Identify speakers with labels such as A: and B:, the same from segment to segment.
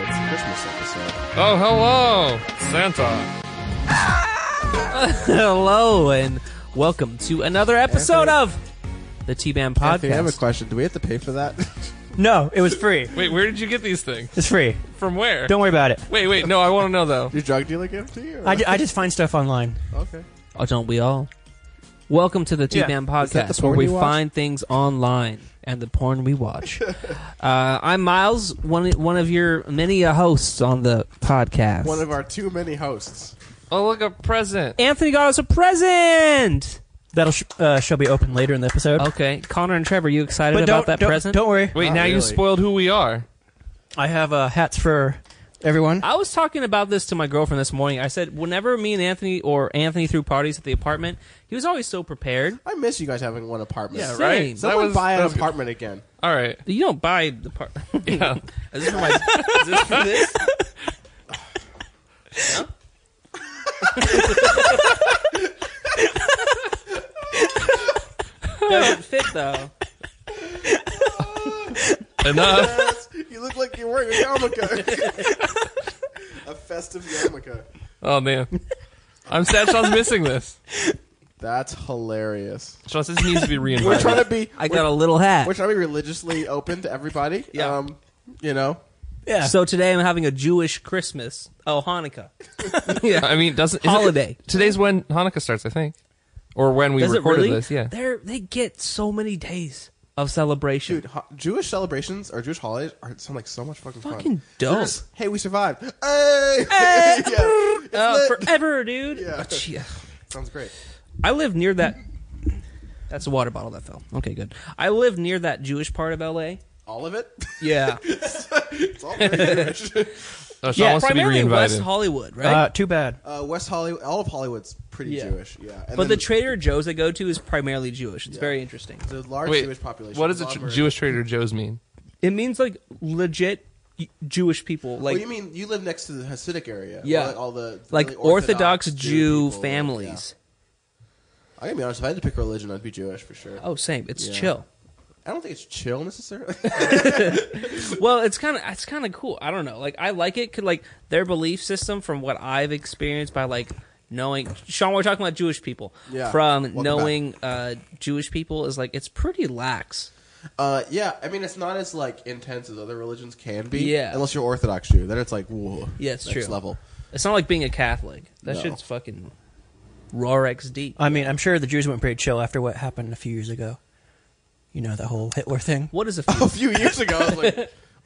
A: this episode.
B: Oh, hello, Santa.
C: Hello and welcome to another episode of the T Band
A: Anthony, I have a
C: Podcast.
A: question. Do we have to pay for that?
D: No, it was free.
B: Wait, where did you get these things?
D: It's free.
B: From where?
D: Don't worry about it.
B: Wait, wait. No, I want to know though.
A: Your drug dealer gave it to you? or-
D: I, ju- I just find stuff online.
A: okay.
C: Oh, don't we all? Welcome to the T
D: Yeah.
C: Band
A: that the
C: Podcast, where
A: porn
C: we
A: you watch?
C: find things online and the porn we watch. uh, I'm Miles, one one of your many uh, hosts on the podcast.
A: One of our too many hosts.
B: Oh, look, a present.
C: Anthony got us a present.
D: That'll sh- uh, shall be open later in the episode.
C: Okay, Connor and Trevor, you excited
D: But
C: about
D: don't,
C: that
D: don't,
C: present?
D: don't worry.
B: Wait,
A: Not
B: now you
A: really.
B: spoiled who we are.
D: I have uh, hats for everyone.
C: I was talking about this to my girlfriend this morning. I said, whenever me and Anthony or Anthony threw parties at the apartment, he was always so prepared.
A: I miss you guys having one apartment.
C: Yeah,
B: Right?
C: Same.
B: That
A: Someone
B: was-
A: buy
B: that
A: an
B: was good.
A: apartment again.
B: All right.
C: You don't buy the part.
B: Yeah.
C: is this for my? is this for this? No? Doesn't fit though.
B: Enough.
A: you look like you're wearing a yarmulke. a festive yarmulke.
B: Oh man. I'm sad Sean's missing this.
A: That's hilarious.
B: Sean, this needs to be reinvited.
A: We're trying to be
C: I got a little hat.
A: we're trying to be religiously open to everybody.
C: Yeah.
A: Um, you know.
D: Yeah.
C: So today I'm having a Jewish Christmas. Oh, Hanukkah.
B: I mean, doesn't isn't it-
C: Holiday.
B: today's when Hanukkah starts, I think, or when we
C: Does it
B: recorded
C: really?
B: this. Yeah.
C: They're, they get so many days of celebration.
A: Dude, ho- Jewish celebrations or Jewish holidays are sound like so much fucking,
C: Fucking
A: fun.
C: dope.
A: They're just, hey, we survived. Hey,
C: Hey!
A: yeah, It's
C: Uh,
A: lit.
C: forever, dude.
A: Yeah.
C: Oh, gee.
A: sounds great.
C: I live near that. That's a water bottle that fell. Okay, good. I live near that Jewish part of LA.
A: All of it.
C: Yeah,
A: it's all very Jewish.
B: Oh, Sean
D: Yeah,
B: wants to be
C: primarily West
B: reinvited.
C: Hollywood, right?
D: uh, too bad.
A: Uh, West Hollywood, all of Hollywood's pretty
C: Yeah.
A: Jewish. Yeah, and
C: but the
A: then
C: Trader Joe's I go to is primarily Jewish. It's very interesting.
A: the large
B: Wait,
A: Jewish population.
B: what does a
A: lot
B: tr-
A: more-
B: Jewish Trader Joe's mean?
C: It means like legit y- Jewish people, like
A: Well, you mean you live next to the Hasidic area? where,
C: Yeah.
A: like all the, the
C: like
A: really
C: Orthodox,
A: Jew
C: Jew,
A: people,
C: families.
A: yeah. I gotta be honest. If I had to pick a religion, I'd be Jewish for sure.
C: Oh, same. It's
A: Yeah.
C: chill.
A: I don't think it's chill necessarily.
C: Well, it's kind of it's kind of cool. I don't know. Like I like it 'cause, like their belief system from what I've experienced by like knowing Sean we're talking about Jewish people.
A: Yeah.
C: From
A: Welcome
C: knowing uh Jewish people is like it's pretty lax.
A: uh, yeah, I mean it's not as like intense as other religions can be.
C: Yeah.
A: unless you're Orthodox Jew, then it's like whoa,
C: Yeah, it's
A: next
C: true.
A: level.
C: It's not like being a Catholic. That
A: No.
C: shit's fucking roar XD.
B: Uh,
D: I mean, I'm sure the Jews went pretty chill after what happened a few years ago. You know, the whole Hitler thing.
C: What is a
A: a few years ago, I was like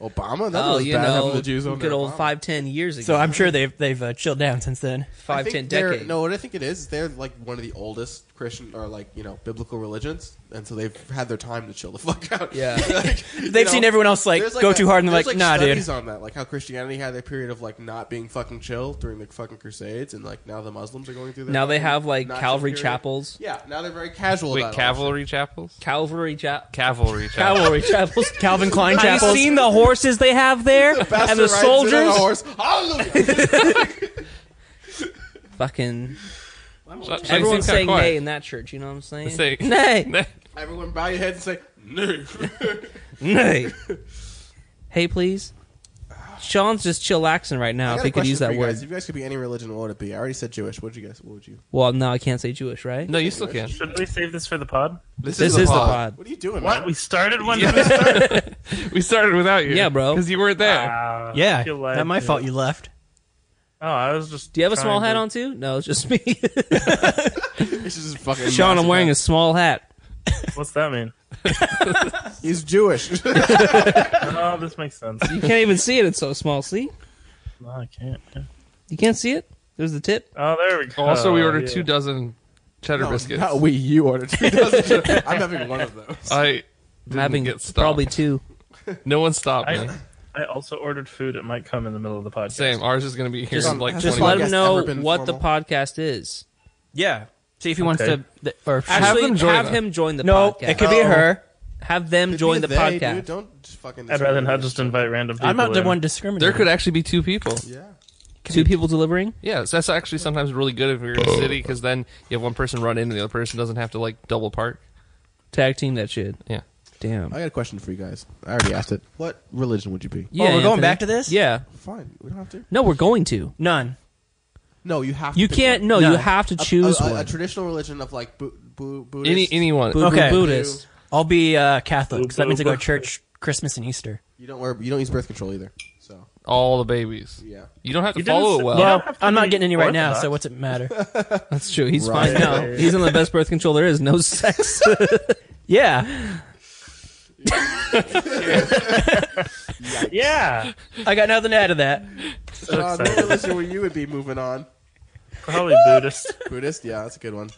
A: Obama. That
C: oh,
A: was
C: you
A: bad
C: know,
A: having the Jews over
C: good old
A: Obama.
C: five ten years ago.
D: So I'm sure they've they've uh, chilled down since then.
A: I
C: five
A: think
C: ten
A: they're-
C: decades.
A: No, what I think it is, is they're like one of the oldest Christian or like you know biblical religions, and so they've had their time to chill the fuck out.
C: Yeah.
A: Like, you
D: They've seen everyone else, like,
A: there's,
D: go
A: a-
D: too hard and they're
A: there's,
D: like, "Nah, dude."
A: studies on that, like how Christianity had their period of like not being fucking chill during the fucking Crusades, and like now the Muslims are going through. Their
C: Now they
A: fucking
C: have like
A: not chill
C: Calvary
A: period.
C: chapels,
A: Yeah, now they're very casual.
B: Wait,
A: about all
B: cavalry chapels?
C: Calvary chapels.
B: Cavalry chapels.
C: Cavalry chapels.
D: Calvin Klein
C: Have
D: chapels.
C: you seen the horses they have there
A: this shit.
C: and the
A: Pastor rides in on a
C: soldiers?
A: horse. Hallelujah.
C: Fucking
B: Sean- Sean
C: everyone's
B: seems kinda
C: saying
B: quiet.
C: nay in that church. You know what I'm saying?
B: Say-
C: nay,
A: Everyone bow your heads and say, "No."
C: nay. hey, please. Sean's just chillaxing right now. If he could use that word.
A: Guys. If you guys could be any religion, what would it be? I already said Jewish. What would you guys? What would you?
C: Well, no, I can't say Jewish, right?
B: No, you still can.
E: Should we save this for the pod?
A: This,
C: is the pod.
A: What are you doing?
E: What?
A: man?
E: We started one?
B: We started without you.
C: Yeah, bro.
B: Because you weren't there.
E: Ah,
D: Yeah,
E: feel like-
D: not my fault. You left.
E: Oh, I was just.
C: Do you have a small
E: trying
C: hat
E: to-
C: on too? No, it's just me.
A: It's just fucking
C: Sean, I'm
A: massive
C: wearing a
A: hat.
C: small hat.
E: What's that mean?
A: He's Jewish.
E: Oh, this makes sense.
C: You can't even see it. It's so small. See?
E: No, I can't.
C: You can't see it. There's the tip.
E: Oh, there we go. Oh,
B: Also, we ordered
E: Yeah.
B: two dozen cheddar
A: No,
B: biscuits.
A: Not we. You ordered two dozen. I'm having one of those.
B: I didn't
C: I'm having
B: get stopped.
C: probably two.
B: no one stopped me.
E: I, I also ordered food. It might come in the middle of the podcast.
B: Same. Ours is going to be here
C: Just-
B: in like
A: just
C: Just
B: 20
C: let
A: podcast
C: him know
A: ever been
C: what the
A: formal?
C: podcast is.
D: Yeah. See if he wants
E: Okay.
D: to. Th- or
C: Actually,
B: them
C: have,
B: join us.
C: him join the
D: no,
C: podcast.
D: it could be her.
C: have them join the
A: They,
C: podcast.
A: Dude, don't just fucking.
E: I'd rather not just invite random people.
D: I'm not the
E: in.
D: one discriminating.
B: There could actually be two people.
A: Yeah.
C: Two people delivering.
B: Yeah, so that's actually sometimes really good if you're in a city because then you have one person run in and the other person doesn't have to like double park.
C: Tag team that shit.
B: Yeah.
C: Damn.
A: I got a question for you guys. I already asked it. What religion would you be?
C: Yeah,
D: we're going
C: Anthony.
D: back to this?
C: Yeah.
A: Fine. We don't have to.
C: No, we're going to.
D: None.
A: No, you have. to
C: You
A: pick
C: can't.
A: one.
C: No,
D: No.
C: you have to
A: A-
C: choose
A: a, a,
C: one.
A: a traditional religion of like Bu- Bu- Buddhist.
B: Any anyone.
C: Boo
D: Okay.
C: boo Buddhist.
D: I'll be uh, Catholic. 'cause that means I go
E: Boo,
D: to
E: boo.
D: church Christmas and Easter.
A: You don't wear. You don't use birth control either. So
B: all the babies.
A: yeah.
B: You don't have to
E: You didn't
B: follow
E: say-
B: it well.
E: You
D: Well,
E: don't have to
D: I'm not
E: be
D: getting any right now,
E: Orthodox.
D: so what's it matter?
C: That's true. He's
A: Right.
C: fine. No, he's on the best birth control there is. No sex.
D: yeah,
E: Yeah,
D: I got nothing to add to that.
A: John, what
E: excited.
A: Uh, religion would you would be moving on?
E: probably Buddhist.
A: Buddhist. Yeah, that's a good one.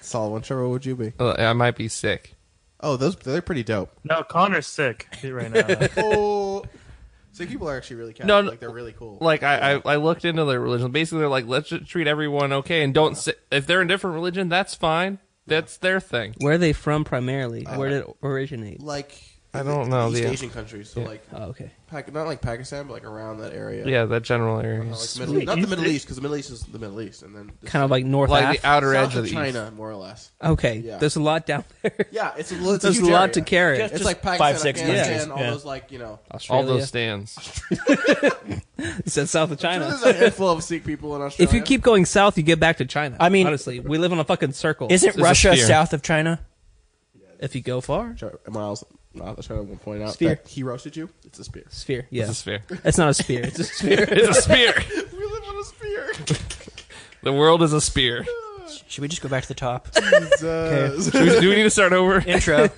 A: Solid one. Trevor, what would you be?
B: Uh, I might be sick.
A: Oh, those they're pretty dope.
E: No, Connor's sick right now.
A: Oh, so people are actually really Catholic.
B: No, no.
A: like they're really cool.
B: Like I, I, I looked into their religion. Basically, they're like, let's just treat everyone okay and don't. Si- if they're in different religion, that's fine. That's their thing.
C: Where are they from primarily?
A: Uh,
C: Where did it originate?
A: like
B: I don't know,
A: East
B: the-
A: Asian countries. So like
C: Oh, okay.
A: Pac- not like Pakistan, but like around that area.
B: Yeah, that general area.
D: Uh,
A: Not,
B: is-
A: like Middle, not the Middle East, because the Middle East is the Middle East, and then
C: Kind of like North
B: like
C: Af-
B: the outer
A: south
B: edge of the
A: China, more or less.
C: Okay.
A: Yeah.
C: There's a lot down there.
A: Yeah, it's a, li- it's
C: There's a
A: huge
C: lot
A: area.
C: to carry.
D: Just-
A: It's like Pakistan,
D: five, six
A: Afghanistan,
D: countries,
A: all
D: yeah.
A: those like you know.
B: all
C: Australia.
B: those stands.
C: It's in south of China.
A: There's a handful of Sikh people in Australia.
C: If you keep going south, you get back to China.
D: I mean-
C: honestly, we live in a fucking circle.
D: Isn't
B: a
D: Russia
B: sphere.
D: south of China?
C: if you go far?
A: Sorry, Miles, I was trying to point out
D: Spear.
A: that he roasted you. It's a spear.
C: Sphere. Yeah.
B: It's a sphere.
C: It's not a sphere. It's a sphere.
B: It's a spear.
A: We live on a spear.
B: the world is a spear.
D: Should we just go back to the top?
A: Jesus.
B: Do we, do we need to start over?
D: Intro.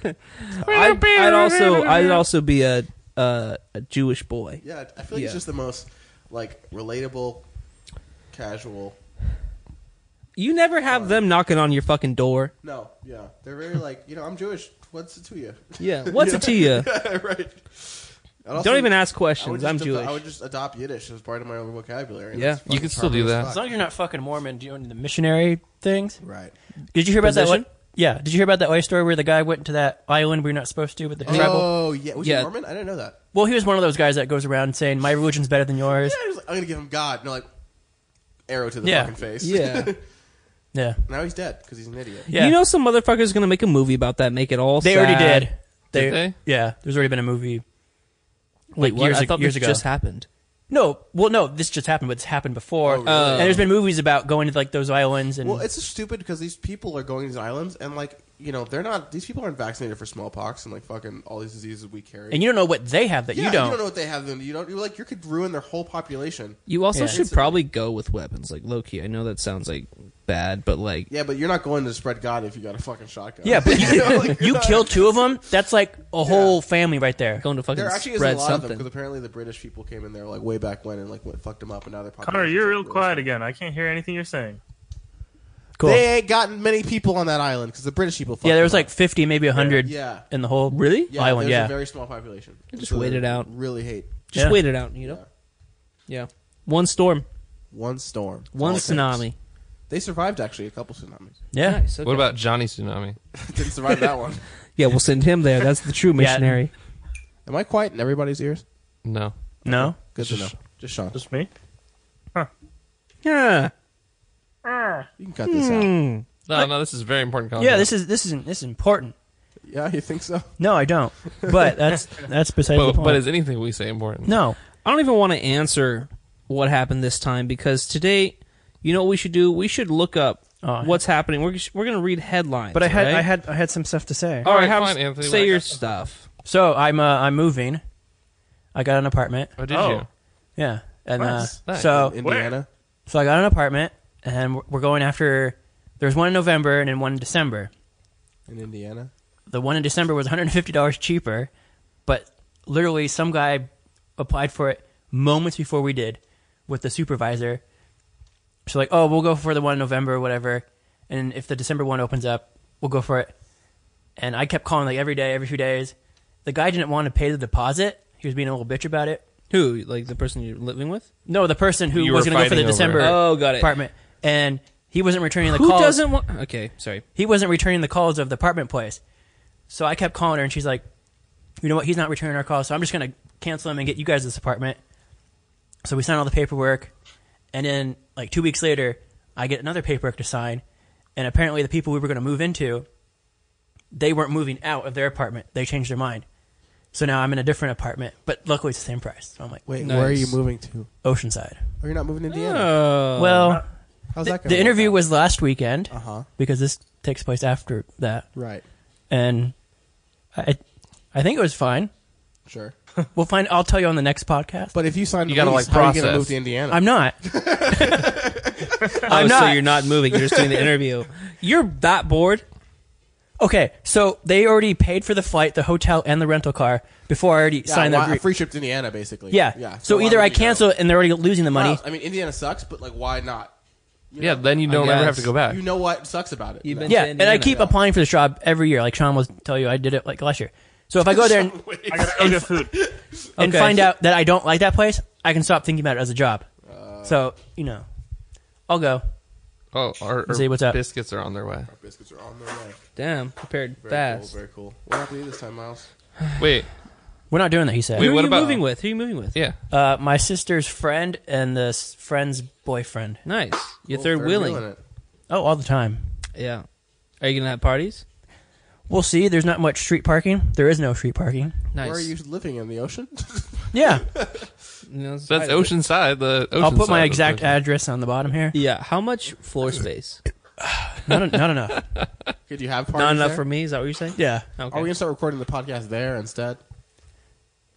C: I'd, I'd also I'd also be a a, a Jewish boy.
A: Yeah, I feel like
C: Yeah.
A: it's just the most like relatable, casual.
C: You never have them knocking on your fucking door.
A: No, yeah, they're very like you know I'm Jewish. What's it to you?
C: Yeah. What's it to you?
A: right. I'd also-
C: Don't even ask
A: I would
C: questions.
A: just
C: I'm
A: ad-
C: Jewish.
A: I would just adopt Yiddish as part of my own vocabulary.
C: Yeah.
A: That's
B: You can
A: fucking
B: still do
A: hard
B: that.
A: as
D: As
A: fuck.
D: long as you're not fucking Mormon doing the missionary things.
A: Right.
D: Did you hear about
C: Position?
D: that? What? Yeah. Did you hear about that Oi story where the guy went to that island where you're not supposed to with the tribal?
A: Oh yeah, was
C: Yeah.
A: he Mormon? I didn't know that.
D: Well, he was one of those guys that goes around saying my religion's better than yours.
A: Yeah, he was like, I'm gonna give him God. And they're like arrow to the
D: Yeah.
A: fucking face.
C: Yeah.
D: Yeah.
A: now he's dead because he's an idiot.
D: Yeah.
C: You know some motherfucker's gonna make a movie about that. Make it all.
D: they
C: sad.
D: already did. They,
B: they?
D: Yeah. There's already been a movie.
C: Wait,
D: Like
C: what?
D: years,
C: I
D: ag-
C: thought
D: years
C: this
D: ago.
C: just happened.
D: no, well, no, this just happened, but it's happened before.
A: really? Oh.
D: And there's been movies about going to like those islands and
A: Well, it's just stupid because these people are going to these islands and like you know they're not. These people aren't vaccinated for smallpox and like fucking all these diseases we carry.
D: and you don't know what they have that
A: yeah,
D: you don't.
A: know what they have. Then you don't. You're like you could ruin their whole population.
C: You also
D: Yeah.
C: should probably go with weapons, like Loki. I know that sounds like bad, but like
A: Yeah, but you're not going to spread God if you got a fucking shotgun.
D: Yeah, but you,
A: know, like,
D: you
A: you're not-
D: kill two of them. That's like a whole family right there.
C: going to fucking
A: There actually is a
C: spread
A: lot of them
C: something.
A: because apparently the British people came in there like way back when and like went, fucked them up and now they're.
E: Connor, you're real quiet again. I can't hear anything you're saying.
D: Cool.
A: They ain't gotten many people on that island because the British people. Fucked
D: yeah, there was
A: them
D: like fifty, maybe hundred.
A: Yeah. Yeah.
D: in the whole
C: Really?
A: Yeah,
D: island.
A: there's
D: Yeah,
A: a very small population.
C: Just
A: So they
C: wait it out.
A: Really hate
C: Just
D: Yeah.
C: wait it out, you know. Yeah, one storm,
A: one storm, That's
C: one
A: all it takes.
C: tsunami.
A: They survived actually a couple tsunamis.
D: yeah.
C: Nice, okay.
B: What about Johnny Tsunami?
A: Didn't survive that one.
C: Yeah, we'll send him there. That's the true missionary.
A: Am I quiet in everybody's ears?
B: No.
D: No,
A: Good to know.
B: Just-
A: Just Sean.
E: Just me?
C: Yeah.
A: you can cut this out.
B: No, no, this is very important content.
D: yeah. This is this isn't this is important.
A: Yeah, you think so?
D: No, I don't. But that's that's beside
B: but,
D: the point.
B: but is anything we say important?
D: no,
C: I don't even want to answer what happened this time because today, you know what we should do? We should look up
D: Oh.
C: what's happening. We're we're gonna read headlines.
D: but I had
C: right?
D: I had I had some stuff to say.
C: All right,
B: Alright,
C: have
B: fine,
C: us-
B: Anthony,
C: say
B: what I
C: your
B: got.
C: stuff.
D: So I'm uh, I'm moving. I got an apartment.
B: Oh, did
E: Oh.
B: you?
D: Yeah, and uh,
B: Nice. Nice.
D: so
A: Indiana.
D: so I got an apartment, and we're- we're going after. There's one in November and then one in December.
A: In Indiana.
D: the one in December was $150 cheaper, but literally some guy applied for it moments before we did with the supervisor. So like, oh, we'll go for the one in November, or whatever, and if the December one opens up, we'll go for it. And I kept calling like every day, every few days. The guy didn't want to pay the deposit. He was being a little bitch about it.
C: Who like the person you're living with?
D: No, the person who
B: You
D: was
B: were
D: going to go for the
B: fighting over it.
D: December
C: Oh, got it.
D: apartment, and he wasn't returning the
C: Who
D: calls
C: doesn't want? Okay, sorry.
D: he wasn't returning the calls of the apartment place. So I kept calling her, and she's like, "You know what? He's not returning our calls, so I'm just gonna cancel him and get you guys this apartment." So we signed all the paperwork, and then like two weeks later, I get another paperwork to sign, and apparently the people we were gonna move into they weren't moving out of their apartment. They changed their mind. So now I'm in a different apartment, but luckily it's the same price. So I'm like,
A: Wait,
B: Nice.
A: where are you moving to?
D: Oceanside.
A: Oh, you're not moving to Indiana.
C: Oh.
D: well,
A: Uh, How's
D: Ah, the,
A: that going?
D: the interview was last weekend
A: Uh huh.
D: because this takes place after that,
A: Right.
D: and I, I think it was fine.
A: Sure.
D: We'll find. I'll tell you on the next podcast.
A: But if you sign,
B: You gotta,
A: lease,
B: like,
A: how are you gonna
B: process.
A: move to Indiana?
D: I'm not.
C: oh,
D: I'm
C: so
D: not.
C: you're not moving. You're just doing the interview. You're that bored.
D: Okay, so they already paid for the flight, the hotel, and the rental car before I already
A: yeah,
D: signed
A: why-
D: that. agree-
A: a free trip to Indiana, basically.
D: yeah.
A: Yeah.
D: So,
A: why
D: either
A: would
D: I
A: you go?
D: cancel it and they're already losing the money.
A: Well, I mean, Indiana sucks, but like, why not? You
B: Yeah,
A: know?
B: then you don't ever have to
C: guess.
B: go back.
A: you know what sucks about it.
C: You've
A: No.
C: been-
D: yeah,
C: to
D: and I
C: Indiana.
D: keep
C: Yeah.
D: applying for this job every year. Like Sean will tell you, I did it like last year. So if I go there and,
E: I gotta go get food.
D: and
C: Okay.
D: find out that I don't like that place, I can stop thinking about it as a job.
A: Uh,
D: so you know, I'll go.
B: Oh, our, our
D: Zay, what's up?
B: biscuits are on their way.
A: Biscuits are on their way.
C: Damn, prepared
A: Very
C: fast.
A: cool. Very cool. What happened to you this time, Miles?
B: Wait,
D: We're not doing that. He said.
B: Wait,
C: Who
B: what
C: are you
B: about-
C: moving with? Who are you moving with?
B: yeah.
D: Uh, my sister's friend and this friend's boyfriend.
C: Nice. Your
A: Well,
C: third
A: third
C: wheeling.
A: wheeling it.
D: Oh, all the time.
C: Yeah. Are you gonna have parties?
D: We'll see. There's not much street parking. There is no street parking.
C: Nice.
A: Where are you living in the ocean?
D: Yeah,
C: You know, it's-
B: So that's Oceanside. The ocean
D: I'll put my exact address on the bottom here.
C: Yeah. How much floor space?
D: Not, not enough.
A: Could you have parties
C: Not enough
A: there?
C: for me. Is that what you're saying?
D: Yeah,
C: Okay.
A: Are we gonna start recording the podcast there instead?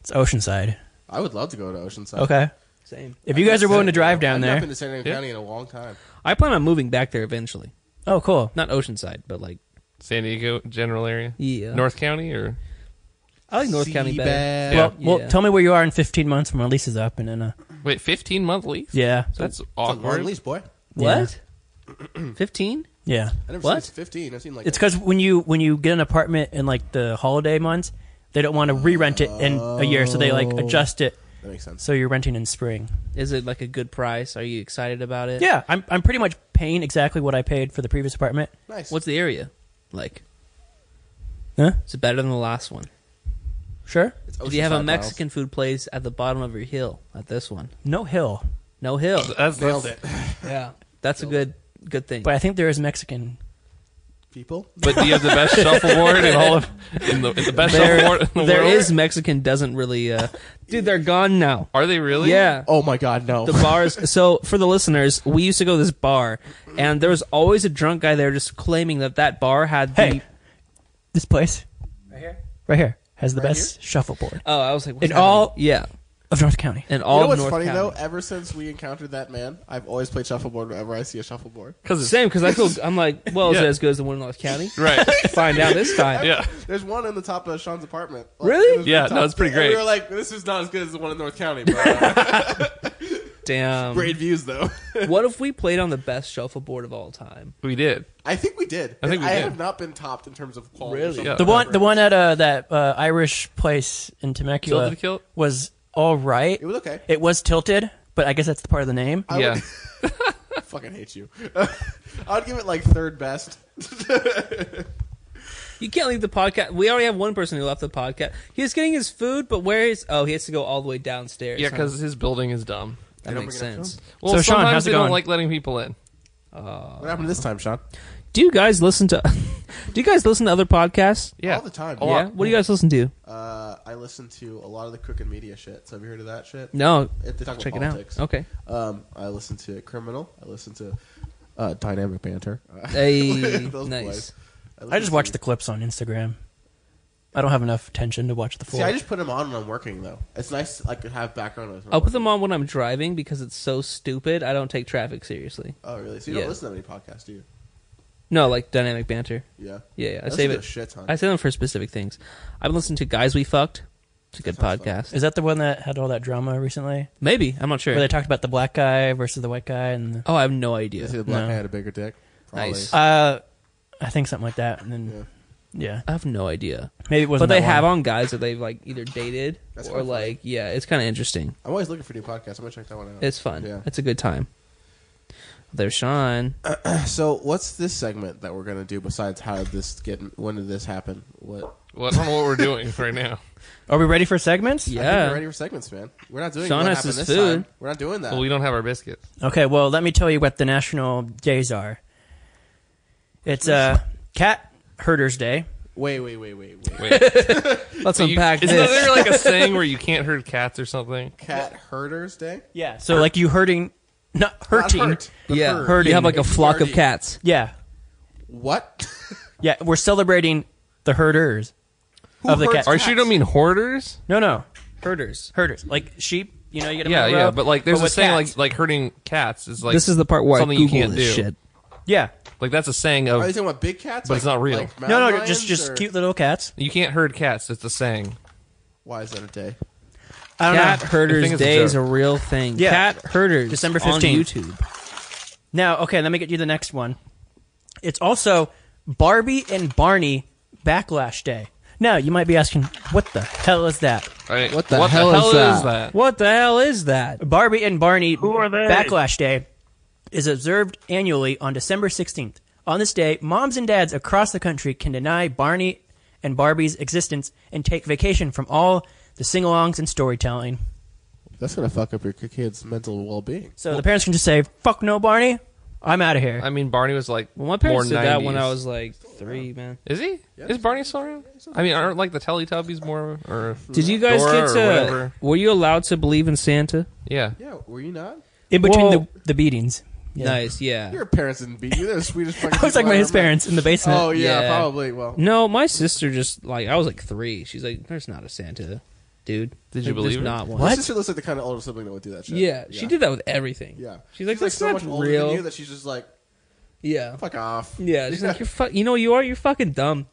D: it's Oceanside.
A: I would love to go to Oceanside.
D: Okay.
C: Same.
D: If you guys are willing to drive down
A: I've not
D: there,
A: been to San Diego
B: Yeah.
A: County in a long time.
C: I plan on moving back there eventually.
D: oh cool.
C: Not Oceanside, but like
B: San Diego general area.
C: yeah.
B: North County or
C: I like North County better.
A: Seabed.
B: Yeah.
D: Well, well,
C: Yeah.
D: tell me where you are in 15 months when my lease is up, and then uh,
B: wait, fifteen month lease.
D: yeah,
B: that's
A: It's a long
B: awkward.
A: lease, boy.
C: What? Fifteen?
D: yeah.
A: I never
C: What?
A: seen fifteen. I've seen like
D: It's because when you when you get an apartment in like the holiday months, they don't want to re-rent it in a year, so they like adjust it
A: that makes sense.
D: so you're renting in spring.
C: Is it like a good price? Are you excited about it?
D: Yeah, I'm I'm pretty much paying exactly what I paid for the previous apartment.
A: Nice.
C: What's the area like?
D: Huh?
C: Is it better than the last one?
D: Sure.
A: It's
C: Do you have a
A: Oceanside, Miles.
C: Mexican food place at the bottom of your hill at this one?
D: No hill,
C: No hill.
B: That's,
A: Nailed
B: that's
A: it.
C: yeah, that's a good good thing.
D: but I think there is Mexican.
A: People.
B: but do you have the best shuffleboard in all of in the, in the best
C: there,
B: shuffleboard in the
C: there
B: world?
C: is Mexican doesn't really. Uh, dude, they're gone now.
B: Are they really?
C: Yeah.
A: Oh my God, no.
C: The bars. So for the listeners, we used to go to this bar, and there was always a drunk guy there just claiming that that bar had the.
D: Hey, this place
C: Right here?
D: right here has the
A: Right
D: best shuffleboard
C: Oh, I was like, what's
D: In all-
C: happening? yeah,
D: of North County.
C: and
A: you
C: all
A: know
C: of
A: what's
C: North
A: funny
C: County.
A: though? Ever since we encountered that man, I've always played shuffleboard whenever I see a shuffleboard.
B: Because
C: Same, because I feel I'm like, well, is
B: Yeah.
C: it as good as the one in North County?
B: right.
C: Find out this time.
B: Yeah.
A: There's one in the top of Sean's apartment.
C: Really?
A: it was
B: Yeah,
A: the top-
B: no, it's pretty
A: and We
B: great.
A: were like, this is not as good as the one in North County, but
C: Damn.
A: great views though.
C: What if we played on the best shuffleboard of all time?
B: We did.
A: I think we did.
B: I think we
A: I
B: did.
A: have not been topped in terms of quality.
C: Really?
A: of
B: Yeah.
D: The
A: shuffleboard
D: one, the
A: ever.
D: one at uh, that uh, Irish place in Temecula
B: Tilted Kilt?
D: was all right.
A: It was okay.
D: It was tilted, but I guess that's the part of the name.
A: I
B: yeah.
A: would- I fucking hate you. I'd give it like third best.
C: You can't leave the podcast. We already have one person who left the podcast. He was getting his food, but where is? Oh, he has to go all the way downstairs.
B: Yeah,
C: huh?
B: because his building is dumb.
C: that
A: don't
C: makes
A: bring it up,
C: sense.
B: Well,
D: So, Sean,
B: sometimes
D: how's it
B: they
D: going?
B: don't like letting people in.
A: What happened this time, Sean?
C: Do you guys listen to? do you guys listen to other podcasts?
B: Yeah.
A: All the time.
B: A
A: yeah.
B: lot.
C: Yeah. What do you guys listen to?
A: Uh, I listen to a lot of the crooked media shit. So have you heard of that shit?
C: No.
A: It- They talk about
C: Check it
A: politics.
C: out. Oh. Okay.
A: Um, I listen to Criminal. I listen to uh, Dynamic Banter.
C: Hey,
A: Those
C: nice.
A: boys.
D: I just watch the clips on Instagram. I don't have enough attention to watch the full.
A: See, I just put them on when I'm working, though. It's nice like to have background noise. when
C: I'll
A: I'm
C: put them
A: working.
C: on when I'm driving because it's so stupid. I don't take traffic seriously.
A: Oh, really? So you don't
C: Yeah.
A: listen to many podcasts, do you?
C: No, like dynamic banter.
A: Yeah.
C: Yeah, yeah. I,
A: listen
C: save
A: to
C: it.
A: a shit ton.
C: I save them for specific things. I've listened to Guys We Fucked. It's a good
A: sounds fun.
C: podcast.
D: is that the one that had all that drama recently,
C: Maybe I'm not sure.
D: where they talked about the black guy versus the white guy, and
C: oh, I have no
A: You
C: idea.
A: see the black
D: No.
A: guy had a bigger dick. Probably.
C: Nice.
D: the, uh, I think something like that. And then, yeah,
C: I have no idea.
D: maybe it
C: But
D: wasn't.
C: they
D: that
C: have
D: one.
C: on guys that they've like either dated
A: That's
C: or
A: kinda funny.
C: like yeah, it's kind of interesting.
A: I'm always looking for new podcasts. I'm gonna check that one out.
C: It's fun.
A: Yeah.
C: It's a good time. There's Sean.
A: So, what's this segment that we're gonna do besides how did this get? When did this happen? What?
B: Well, I don't know what we're doing right now.
D: Are we ready for segments?
A: I think
C: Yeah.
A: we're ready for segments, man. We're not doing.
C: Sean
A: what
C: has
A: happened
C: his
A: this time.
C: food.
A: We're not doing that.
B: Well, we don't have our biscuits.
D: Okay, well, let me tell you what the national days are. It's uh, Cat Herders Day,
A: Wait, wait, wait, wait, wait.
B: Wait,
C: Let's
B: you-
C: unpack
B: isn't
C: this.
B: there like a saying where you can't herd cats or something?
A: Cat herders day.
D: Yeah. So like you hurting, not hurting.
A: Not hurt, but
C: yeah,
A: herd.
C: you have like a flock of
A: Herding.
C: cats.
D: Yeah.
A: What?
D: Yeah. We're celebrating the herders.
A: Who
D: Of the
A: herds
D: cat-
B: Are you sure you don't mean hoarders?
D: No, no.
C: Herders.
D: Herders. Like sheep. You know, you get 'em
B: Yeah,
D: in a row,
C: uh,
B: yeah, but like there's a
D: with
B: saying
D: cats.
B: like like herding cats is like
C: this is the part where I
B: something
C: Google
B: you can't
C: this
B: do.
C: shit.
D: yeah.
B: Like that's a saying
A: Are you
B: of
A: talking about big cats?
B: But it's not real.
A: like
D: No,
A: mountain
D: no, just
A: lions,
D: just
A: or-
D: cute little cats.
B: you can't herd cats. It's a saying.
A: Why is that a day?
D: I don't
C: Cat
D: know.
B: I
C: herders
B: think it's a
C: day is a
B: joke.
C: real thing.
D: Yeah.
C: Cat herders.
D: December
C: on
D: 15th.
C: YouTube.
D: Now, okay, let me get you the next one. It's also Barbie and Barney Backlash Day. Now, you might be asking, what the hell is that?
B: All right,
A: What the hell is that?
C: What the hell is that?
D: Barbie and Barney
E: Who are they?
D: Backlash Day is observed annually on December 16th. On this day, moms and dads across the country can deny Barney and Barbie's existence and take vacation from all the sing-alongs and storytelling.
A: That's gonna fuck up your kid's mental well-being.
D: So the parents can just say, "Fuck no, Barney, I'm out of here."
B: I mean, Barney was like
C: Well, my parents did
B: more 90s.
C: that when I was like three, man.
B: Is he? Is Barney still around? I mean, aren't like the Teletubbies more or
C: Did you guys
B: Dora
C: get
B: or
C: to?
B: whatever?
C: Were you allowed to believe in Santa?
B: Yeah.
A: Yeah, were you not?
D: in between
C: Well-
D: the, the beatings, Yeah.
C: Nice, yeah.
A: Your parents didn't beat you. They're the sweetest fucking.
D: I was talking
A: people
D: about
A: I
D: his
A: ever met.
D: parents in the basement.
A: Oh yeah,
C: Yeah.
A: probably. Well,
C: No, my sister just like I was like three. She's like, "There's not a Santa, dude."
B: Did
C: Like,
B: you believe
C: there's
B: her?
C: Not one.
A: my sister looks like the kind of older sibling that would do that shit.
C: Yeah, she did that with everything.
A: Yeah,
C: she's like, "That's
A: so
C: not
A: much older
C: real."
A: than you that she's just like,
C: Yeah,
A: fuck off.
C: yeah. She's like, "You're fuck. You know, what you are. You're fucking dumb.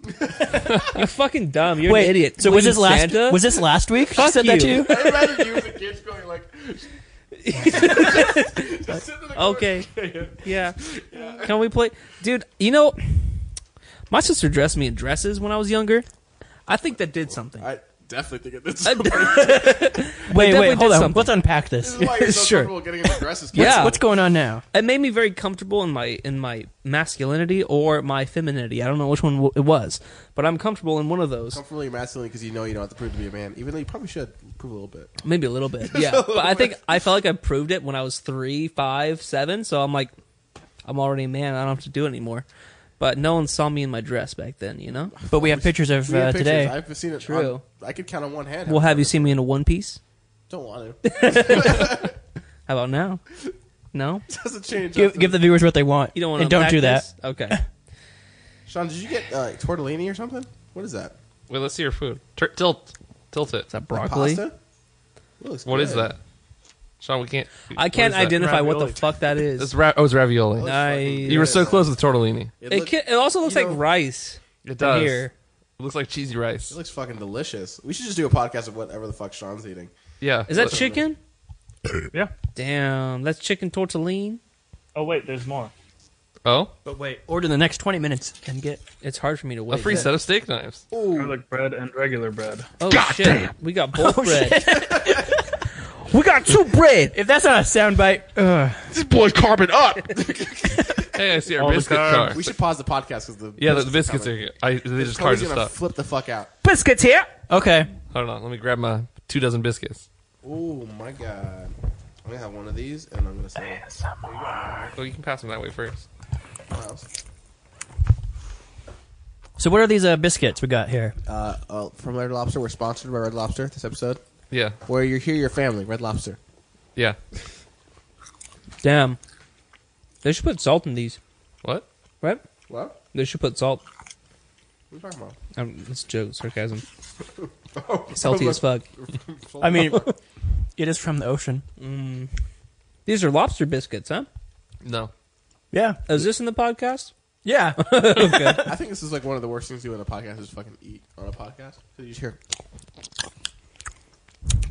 C: you're fucking dumb. You're
D: Wait,
C: an idiot."
D: So was
C: Believe
D: this last?
C: Santa?
D: Was this last week? She
C: Fuck
D: said that to
C: you.
D: you.
A: I imagine you with the kids going like. Just sit in the corner.
C: Okay. Yeah. Can we play? Dude, you know, my sister dressed me in dresses when I was younger. I think that did something.
A: I definitely think it. This
C: I
A: is
C: d-
D: Wait,
C: definitely
D: wait, hold
C: did
D: on.
C: something.
D: Let's unpack
A: this
D: this.
A: is why you're so
C: Sure.
A: comfortable getting into dresses.
C: Yeah.
D: What's going on now?
C: It made me very comfortable in my in my masculinity or my femininity. I don't know which one w- it was, but I'm comfortable in one of those.
A: comfortably masculine because you know you don't have to prove to be a man, even though you probably should prove a little bit.
C: Maybe a little bit. Yeah. But I think I felt like I proved it when I was three, five, seven. So I'm like, I'm already a man. I don't have to do it anymore. But no one saw me in my dress back then, you know?
D: But we have pictures of
A: We
D: uh,
A: have pictures.
D: today.
A: I've seen it.
C: True.
A: on- I could count on one hand.
C: Well, have you seen me in a one piece?
A: Don't want to.
C: How about now? No?
A: Doesn't change.
D: give, give the viewers what they want.
C: You don't want to
D: and don't do that.
C: Okay.
A: Sean, did you get uh, tortellini or something? What is that?
B: Wait, let's see your food. Tur- tilt, tilt it.
C: broccoli?
A: Pasta? It looks
B: What is
A: good.
B: that? Sean, we can't.
C: I can't
B: what is that?
C: identify what the
E: Ravioli.
C: fuck that
B: It's
C: is.
B: ra- oh, it's ravioli.
A: Looks
C: Nice.
A: fucking
B: You were so
A: good.
B: close with tortellini.
A: It,
C: It,
A: look-
C: ca it also looks
A: you
C: like
A: know-
C: rice.
B: It does.
C: Here.
B: It looks like cheesy rice.
A: it looks fucking delicious. We should just do a podcast of whatever the fuck Sean's eating.
B: yeah. Uh,
C: Is that chicken?
E: Yeah.
C: Damn, that's chicken tortellini.
E: Oh wait, there's more.
B: Oh,
D: But wait, order the next 20 minutes and get.
C: It's hard for me to
B: a
C: wait.
B: free set of steak knives.
E: Garlic bread and regular bread.
C: Oh shit, we got
D: Oh,
C: both bread. we got two bread.
D: If that's not a soundbite, ugh.
A: This boy's carbon up.
B: Hey, I see our
E: All the
B: biscuit
E: carbs.
B: car.
A: we should pause the podcast because the
B: Yeah, the, the biscuits are here. I, they just carved
A: Cody's
B: us
A: gonna
B: up.
A: flip the fuck out.
C: Biscuits here.
D: Okay.
B: Hold on, let me grab my two dozen biscuits.
A: Oh my god! I'm gonna have one of these and I'm gonna say
B: Oh, you can pass them that way first.
A: Miles.
D: So, what are these uh, biscuits we got here?
A: Uh, uh, from Red Lobster. We're sponsored by Red Lobster. This episode,
B: Yeah,
A: where you're here, your family, Red Lobster.
B: yeah.
C: Damn, they should put salt in these,
B: What?
C: right?
A: What?
C: They should put salt.
A: What are you talking about?
C: Um, it's a joke, sarcasm.
A: Oh,
C: Salty as fuck.
D: I mean, it is from the ocean.
C: These are lobster biscuits, huh? Oh,
B: No.
D: Yeah.
C: Is this in the podcast?
D: Yeah.
A: I think this is like one of the worst things to do in a podcast is fucking eat on a podcast. Cause you hear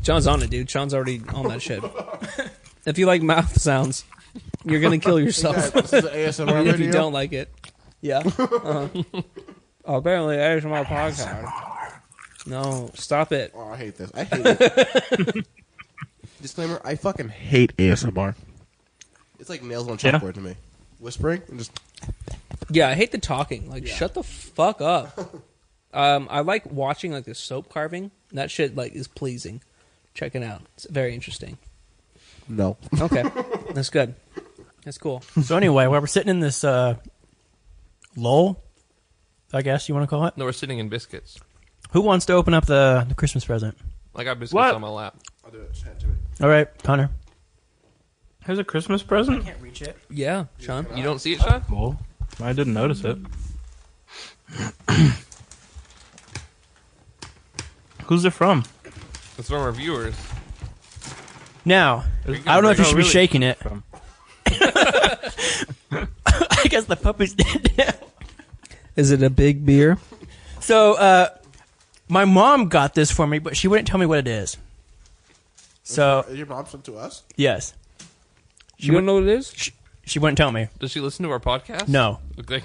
C: Sean's on it, dude. Sean's already on that shit. if you like mouth sounds, you're gonna kill
A: guys,
C: yourself.
A: this is an ASMR
C: if
A: video.
C: you don't like it, yeah. Uh-huh. oh, apparently, there's my podcast. No, stop it.
A: Oh, I hate this. I hate it. Disclaimer: I fucking hate ASMR. It's like nails on a
E: Yeah.
A: chalkboard to me. Whispering and just
C: Yeah, I hate the talking. Like, shut the fuck up. um, I like watching like the soap carving. That shit like is pleasing. Check it out. It's very interesting.
A: no.
C: Okay, that's good. That's cool.
D: so, anyway, while we're sitting in this uh, lull I guess you want to call it.
B: No, we're sitting in biscuits.
D: Who wants to open up the, the Christmas present?
B: I got biscuits
E: What?
B: on my lap.
A: I'll do it. Chat to me.
D: All right, Connor.
E: Here's a Christmas present.
D: Can't reach it.
C: Yeah, Sean.
B: You don't see it, Sean?
E: Cool. I didn't notice it. Who's it from?
B: It's from our viewers.
D: Now,
E: There you go.
D: I don't know if you
E: No,
D: should be
E: really.
D: shaking it.
E: From.
D: I guess the puppies did.
C: Is it a big beer?
D: so, uh, my mom got this for me, but she wouldn't tell me what it is.
C: Uh,
D: So,
A: Is your mom sent to us?
D: yes,
C: You don't know what it is?
D: she, she wouldn't tell me.
B: Does she listen to our podcast?
D: No.
B: Okay.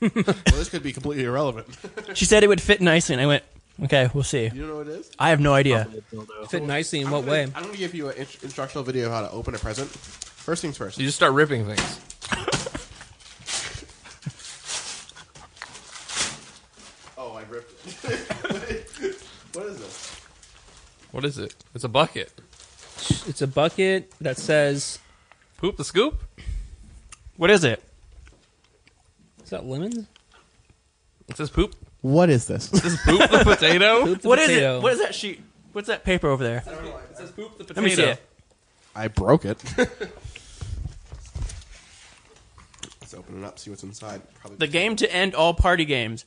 A: Well, this could be completely irrelevant.
D: She said it would fit nicely, and I went, okay, we'll see.
A: You don't know what it is?
D: I have no idea.
C: Fit nicely in
A: I'm
C: what
A: gonna-
C: way?
A: I'm going to give you an int- instructional video of how to open a present. First things first.
B: You just start ripping things.
A: Oh, I ripped it. what is this?
B: What is it? It's a bucket.
C: It's a bucket that says,
B: Poop the scoop?
D: What is it?
C: "Is that lemons?"
B: It says poop.
A: What is this?
B: This is poop the potato.
C: Poop the
D: What is
C: potato.
D: it? What is that sheet? What's that paper over there?
B: It says poop the potato.
D: Let me see it.
A: I broke it. Let's open it up, see what's inside. Probably
D: The game to end all party games.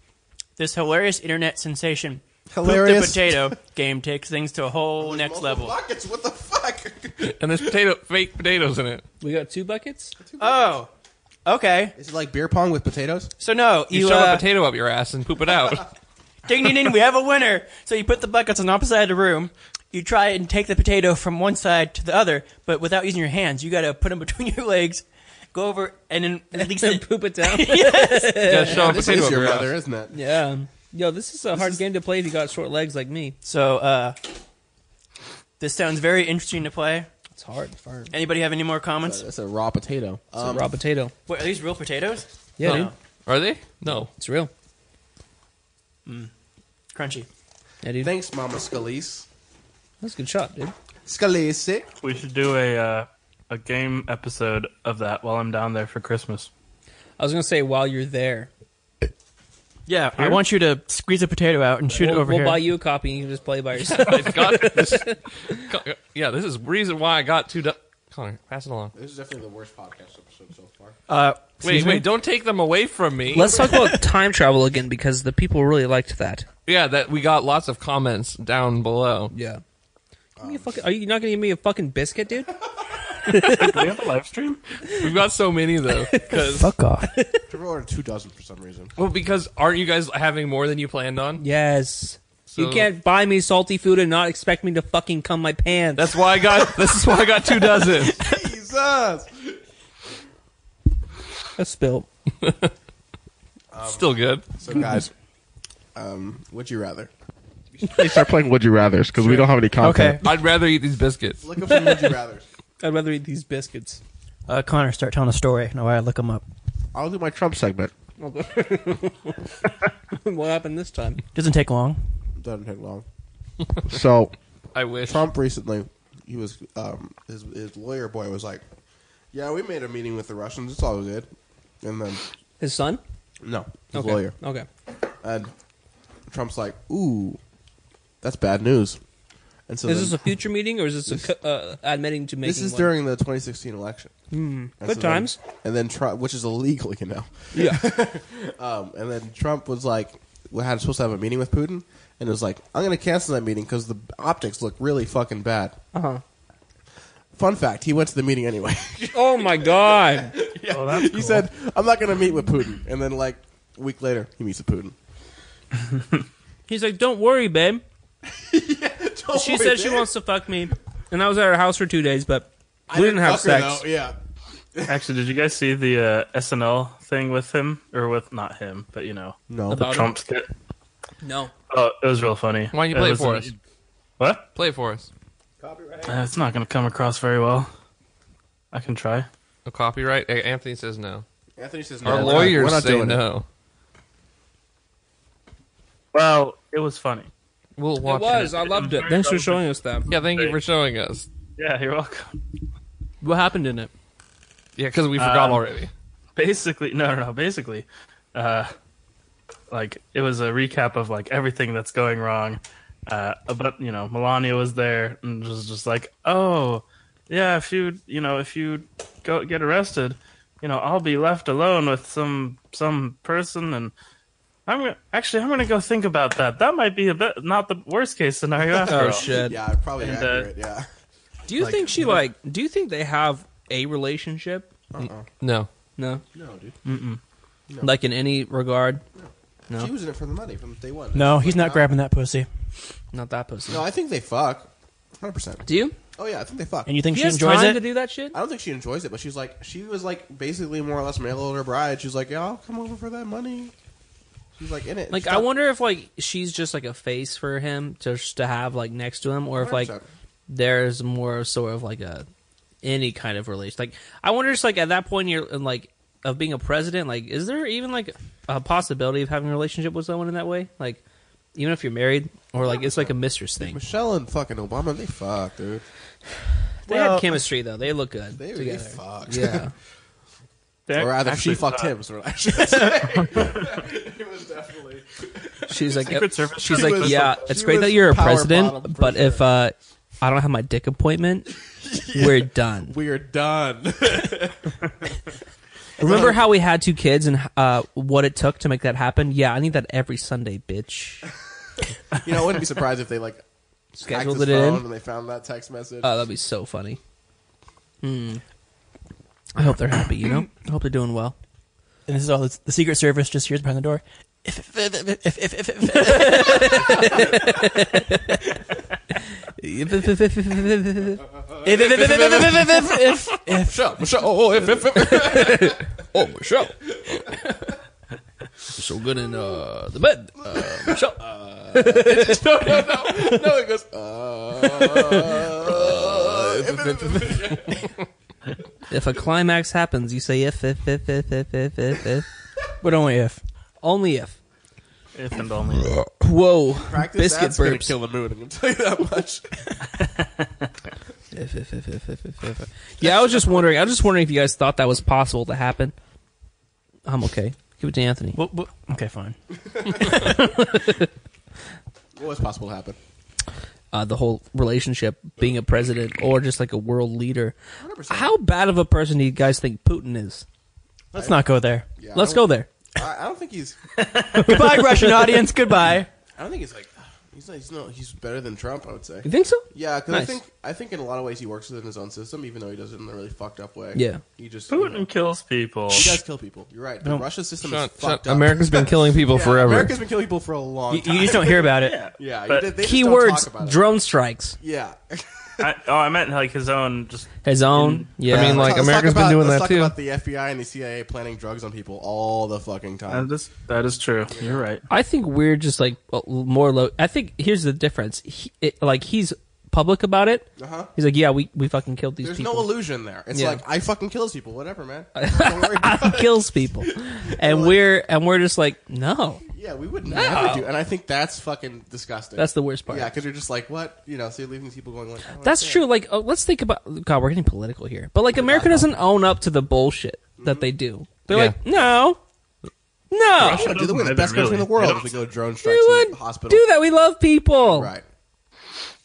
D: This hilarious internet sensation. Poop
A: Hilarious.
D: the potato game takes things to a whole
A: There's
D: next
A: multiple
D: level.
A: Buckets. What the fuck?
B: And there's potato fake potatoes in it.
C: We got two buckets.
D: Oh, okay.
A: is it like beer pong with potatoes?
D: So no,
B: You,
D: you,
B: shove
D: uh,
B: a potato up your ass and poop it out.
D: ding ding ding. We have a winner. So you put the buckets on the opposite side of the room. You try and take the potato from one side to the other, but without using your hands. You got to put them between your legs, go over, and then release
C: and
D: it.
C: poop it down.
B: You gotta shove a
A: This
B: potato
A: is
B: up
A: your
B: your ass.
A: mother, isn't it?
C: yeah. Yo, this is a hard game to play if you got short legs like me.
D: So uh, this sounds very interesting to play.
C: It's hard. It's hard.
D: Anybody have any more comments?
A: That's a raw potato.
C: It's
A: Um,
C: a raw potato.
D: Wait, are these real potatoes?
C: Yeah,
D: No.
C: dude.
B: Are they? No.
C: It's real.
D: Crunchy.
C: Yeah, dude.
A: thanks, Mama Scalise.
C: That's a good shot, dude.
A: Scalise.
E: We should do a uh, a game episode of that while I'm down there for Christmas.
C: I was gonna say while you're there,
D: Yeah, I want you to squeeze a potato out and shoot
C: we'll,
D: it over
C: we'll
D: here.
C: buy you a copy and you can just play by yourself.
B: I got this. got- Yeah, this is reason why I got two. Du- Connor, pass it along.
A: This is definitely the worst podcast episode so far.
D: uh,
B: Wait,
D: excuse me?
B: wait! Don't take them away from me.
C: Let's talk about time travel again because the people really liked that.
B: yeah, that we got lots of comments down below.
C: Yeah. Give me a fucking, are you not gonna give me a fucking biscuit, dude?
E: Do we have a live stream?
B: We've got so many though. Because
D: Fuck off.
A: People ordered two dozen for some reason.
B: well, because aren't you guys having more than you planned on?
C: Yes. you
B: So-
C: can't buy me salty food and not expect me to fucking cum my pants.
B: That's why I got. this is why I got two dozen.
A: Jesus.
C: a spill.
B: Still good.
A: So guys, um, would you rather? They start playing Would You Rather's because we don't have any
D: okay.
B: I'd rather eat these biscuits.
A: Look up some Would You Rather's.
C: I'd rather eat these biscuits.
D: Uh, Connor, start telling a story. No, I look them up.
A: I'll do my Trump segment.
C: what happened this time?
D: Doesn't take long.
A: Doesn't take long. so
B: I wish.
A: Trump recently, he was um, his, his lawyer boy was like, "Yeah, we made a meeting with the Russians. It's all good." And then
C: His son?
A: no, his
C: Okay.
A: lawyer.
C: Okay.
A: And Trump's like, "Ooh, that's bad news." And so
C: Is
A: then-
C: this a future meeting or is this, a co- uh, admitting to making?
A: this is
C: one? Hmm.
A: during the 2016 election. Mm,
C: Good times.
A: and then Trump, which is illegal, you know.
C: Yeah.
A: Um, and then Trump was like, we had supposed to have a meeting with Putin, and it was like, I'm going to cancel that meeting because the optics look really fucking bad.
C: Uh huh.
A: Fun fact: He went to the meeting anyway.
C: Oh my god.
E: Oh, that's
A: he said, "I'm not going to meet with Putin," and then like a week later, he meets with Putin.
C: He's like, don't worry, babe.
A: Don't
C: She
A: worry,
C: said she
A: babe.
C: wants to fuck me, and I was at her house for two days, but
A: I
C: we didn't have
A: fuck her,
C: sex.
A: though. Yeah,
E: Actually, did you guys see the uh, SNL thing with him or with not him, but you know
A: no.
E: the
C: About
E: Trump skit?
C: No.
E: Oh, it was real funny.
B: Why don't you play it
E: was
B: for
E: an-
B: us?
E: What?
B: Play it for us.
E: Uh, it's not going to come across very well. I can try.
B: A copyright. A- Anthony says no.
A: Anthony says no.
B: Our
A: we're not-
B: lawyers
A: we're not
B: say
A: doing it.
B: no.
E: Well, it was funny.
B: We'll
C: It
B: watch it.
C: was. I loved it. Thanks for showing us that.
B: Yeah, thank you for showing us.
E: Yeah, you're welcome.
C: What happened in it?
B: Yeah, because we forgot
E: Um,
B: already.
E: Basically, no, no, no. Basically, uh, like it was a recap of like everything that's going wrong. Uh, but you know, Melania was there and was just like, "Oh, yeah, if you you know if you go get arrested, you know I'll be left alone with some some person, and I'm gonna, actually I'm gonna go think about that. That might be a bit not the worst case scenario after all."
F: Oh shit!
A: Yeah, probably
E: And, uh,
A: accurate. yeah.
C: Do you
E: Like,
C: think she
E: what-
C: like? Do you think they have a relationship?
B: No.
C: No,
A: No, dude.
C: like in any regard. No.
A: She was in it for the money from day one.
D: No, he's not
A: Like,
D: grabbing that pussy.
C: Not that pussy.
A: No, I think they fuck. 100%.
C: do you?
A: Oh, yeah, I think they fuck.
D: And you think
C: He
D: she
C: has
D: enjoys
C: time
D: it?
C: to do that shit.
A: I don't think she enjoys it, but she's like, she was like basically more or less mail her bride. She's like, yeah, I'll come over for that money. She's like in it.
C: Like,
A: She's
C: I
A: not-
C: wonder if like she's just like a face for him just to have like next to him, or if like
A: 100%.
C: there's more sort of like a any kind of relation. Like, I wonder just like at that point you're in, like of being a president. Like, is there even like a possibility of having a relationship with someone in that way? Like, even if you're married, or like it's like a mistress thing.
A: Michelle and fucking Obama, they fuck, dude.
C: They
E: Well-
C: had chemistry though. They look good
A: They, they
C: together.
A: fucked.
C: Yeah.
E: They're
A: Or rather,
E: actually uh,
A: she fucked
E: not.
A: him. So I should say. it was definitely.
C: She's like,
E: Secret Service
C: she's
E: guy
C: like,
A: was-
C: yeah,
A: uh, she
C: it's great that
A: was
C: you're a
A: power bottom
C: president,
A: for
C: but
A: sure.
C: if uh, I don't have my dick appointment, we're done.
A: We are done.
C: Remember how we had two kids and uh, what it took to make that happen? Yeah, I need that every Sunday, bitch.
A: you know, I wouldn't be surprised if they like hacked
C: Scheduled
A: his
C: it in.
A: phone and they found that text message.
C: Oh, that'd be so funny. Hmm. I hope they're happy. You know, I hope they're doing well.
D: And this is all the, the Secret Service just hears behind the door. If, if, if, if, if, if, if.
A: Michelle, Michelle, oh, oh, if, if, if.
F: Oh, Michelle. so good in uh, the bed, uh, Michelle.
A: no, no, no, no. It goes. Uh, if, if, if, if.
C: If a climax happens, you say if if if if if if if, if.
D: But only if.
C: only if.
E: If and only.
C: Whoa,
A: Practice
C: biscuit
A: that's gonna
C: burps.
A: kill the mood. I can tell you that much.
C: If, if, if, if, if, if, if. Yeah, I was just wondering. I was just wondering if you guys thought that was possible to happen. I'm okay. Give it to Anthony.
D: Well, well, okay, fine.
A: what was possible to happen?
C: Uh, the whole relationship, being a president or just like a world leader. How bad of a person do you guys think Putin is?
D: Let's not go there.
A: Yeah,
C: Let's
A: I
C: go
A: don't-
C: there.
A: I, I don't think he's.
D: Goodbye, Russian audience. Goodbye.
A: I don't think he's like. He's not, he's no. He's better than Trump. I would say.
C: You think so?
A: Yeah, because I
C: Nice.
A: think I think in a lot of ways he works within his own system, even though he does it in a really fucked up way.
C: Yeah.
A: he just you know,
E: Putin kills people.
A: he does kill people. You're right. The Russia system
B: Shut-
A: is
B: shut-
A: fucked up.
B: America's been killing people
A: Yeah,
B: forever.
A: America's been killing people for a long
D: You,
A: time.
D: you just don't hear about it.
A: yeah,
E: but-
A: they, they just don't talk about
C: Keywords:
A: it.
C: drone strikes.
A: Yeah,
E: I, oh, I meant like his own. Just
C: His own. Yeah,
B: I mean, like,
A: Let's talk
B: America's been
A: about-
B: doing
A: let's talk
B: that too.
A: About the FBI and the CIA planting drugs on people all the fucking time.
E: that is, that is true. You're right.
C: I think we're just like well, more low. I think here's the difference. He, it, like he's public about it.
A: Uh-huh.
C: He's like, yeah, we, we fucking killed these
A: There's
C: people.
A: no illusion there. It's
C: Yeah.
A: like I fucking kills people. Whatever, man. Don't worry about it.
C: kills people, and we're and we're just like, no,
A: Yeah, we would never do. And I think that's fucking disgusting.
C: that's the worst part.
A: yeah, because you're just like what you know. So you're leaving these people going like I don't
C: that's
A: understand.
C: true. Like, oh, let's think about God. We're getting political here, but like, America doesn't own up to the bullshit
A: Mm-hmm.
C: that they do. They're
B: Yeah.
C: like, no, no,
A: Yeah, dude, they're the
E: Doesn't
A: best country in the
E: really.
A: world
E: They
A: if we go drone strikes
C: we
A: in
C: would
A: hospitals.
C: do that. We love people.
A: Right.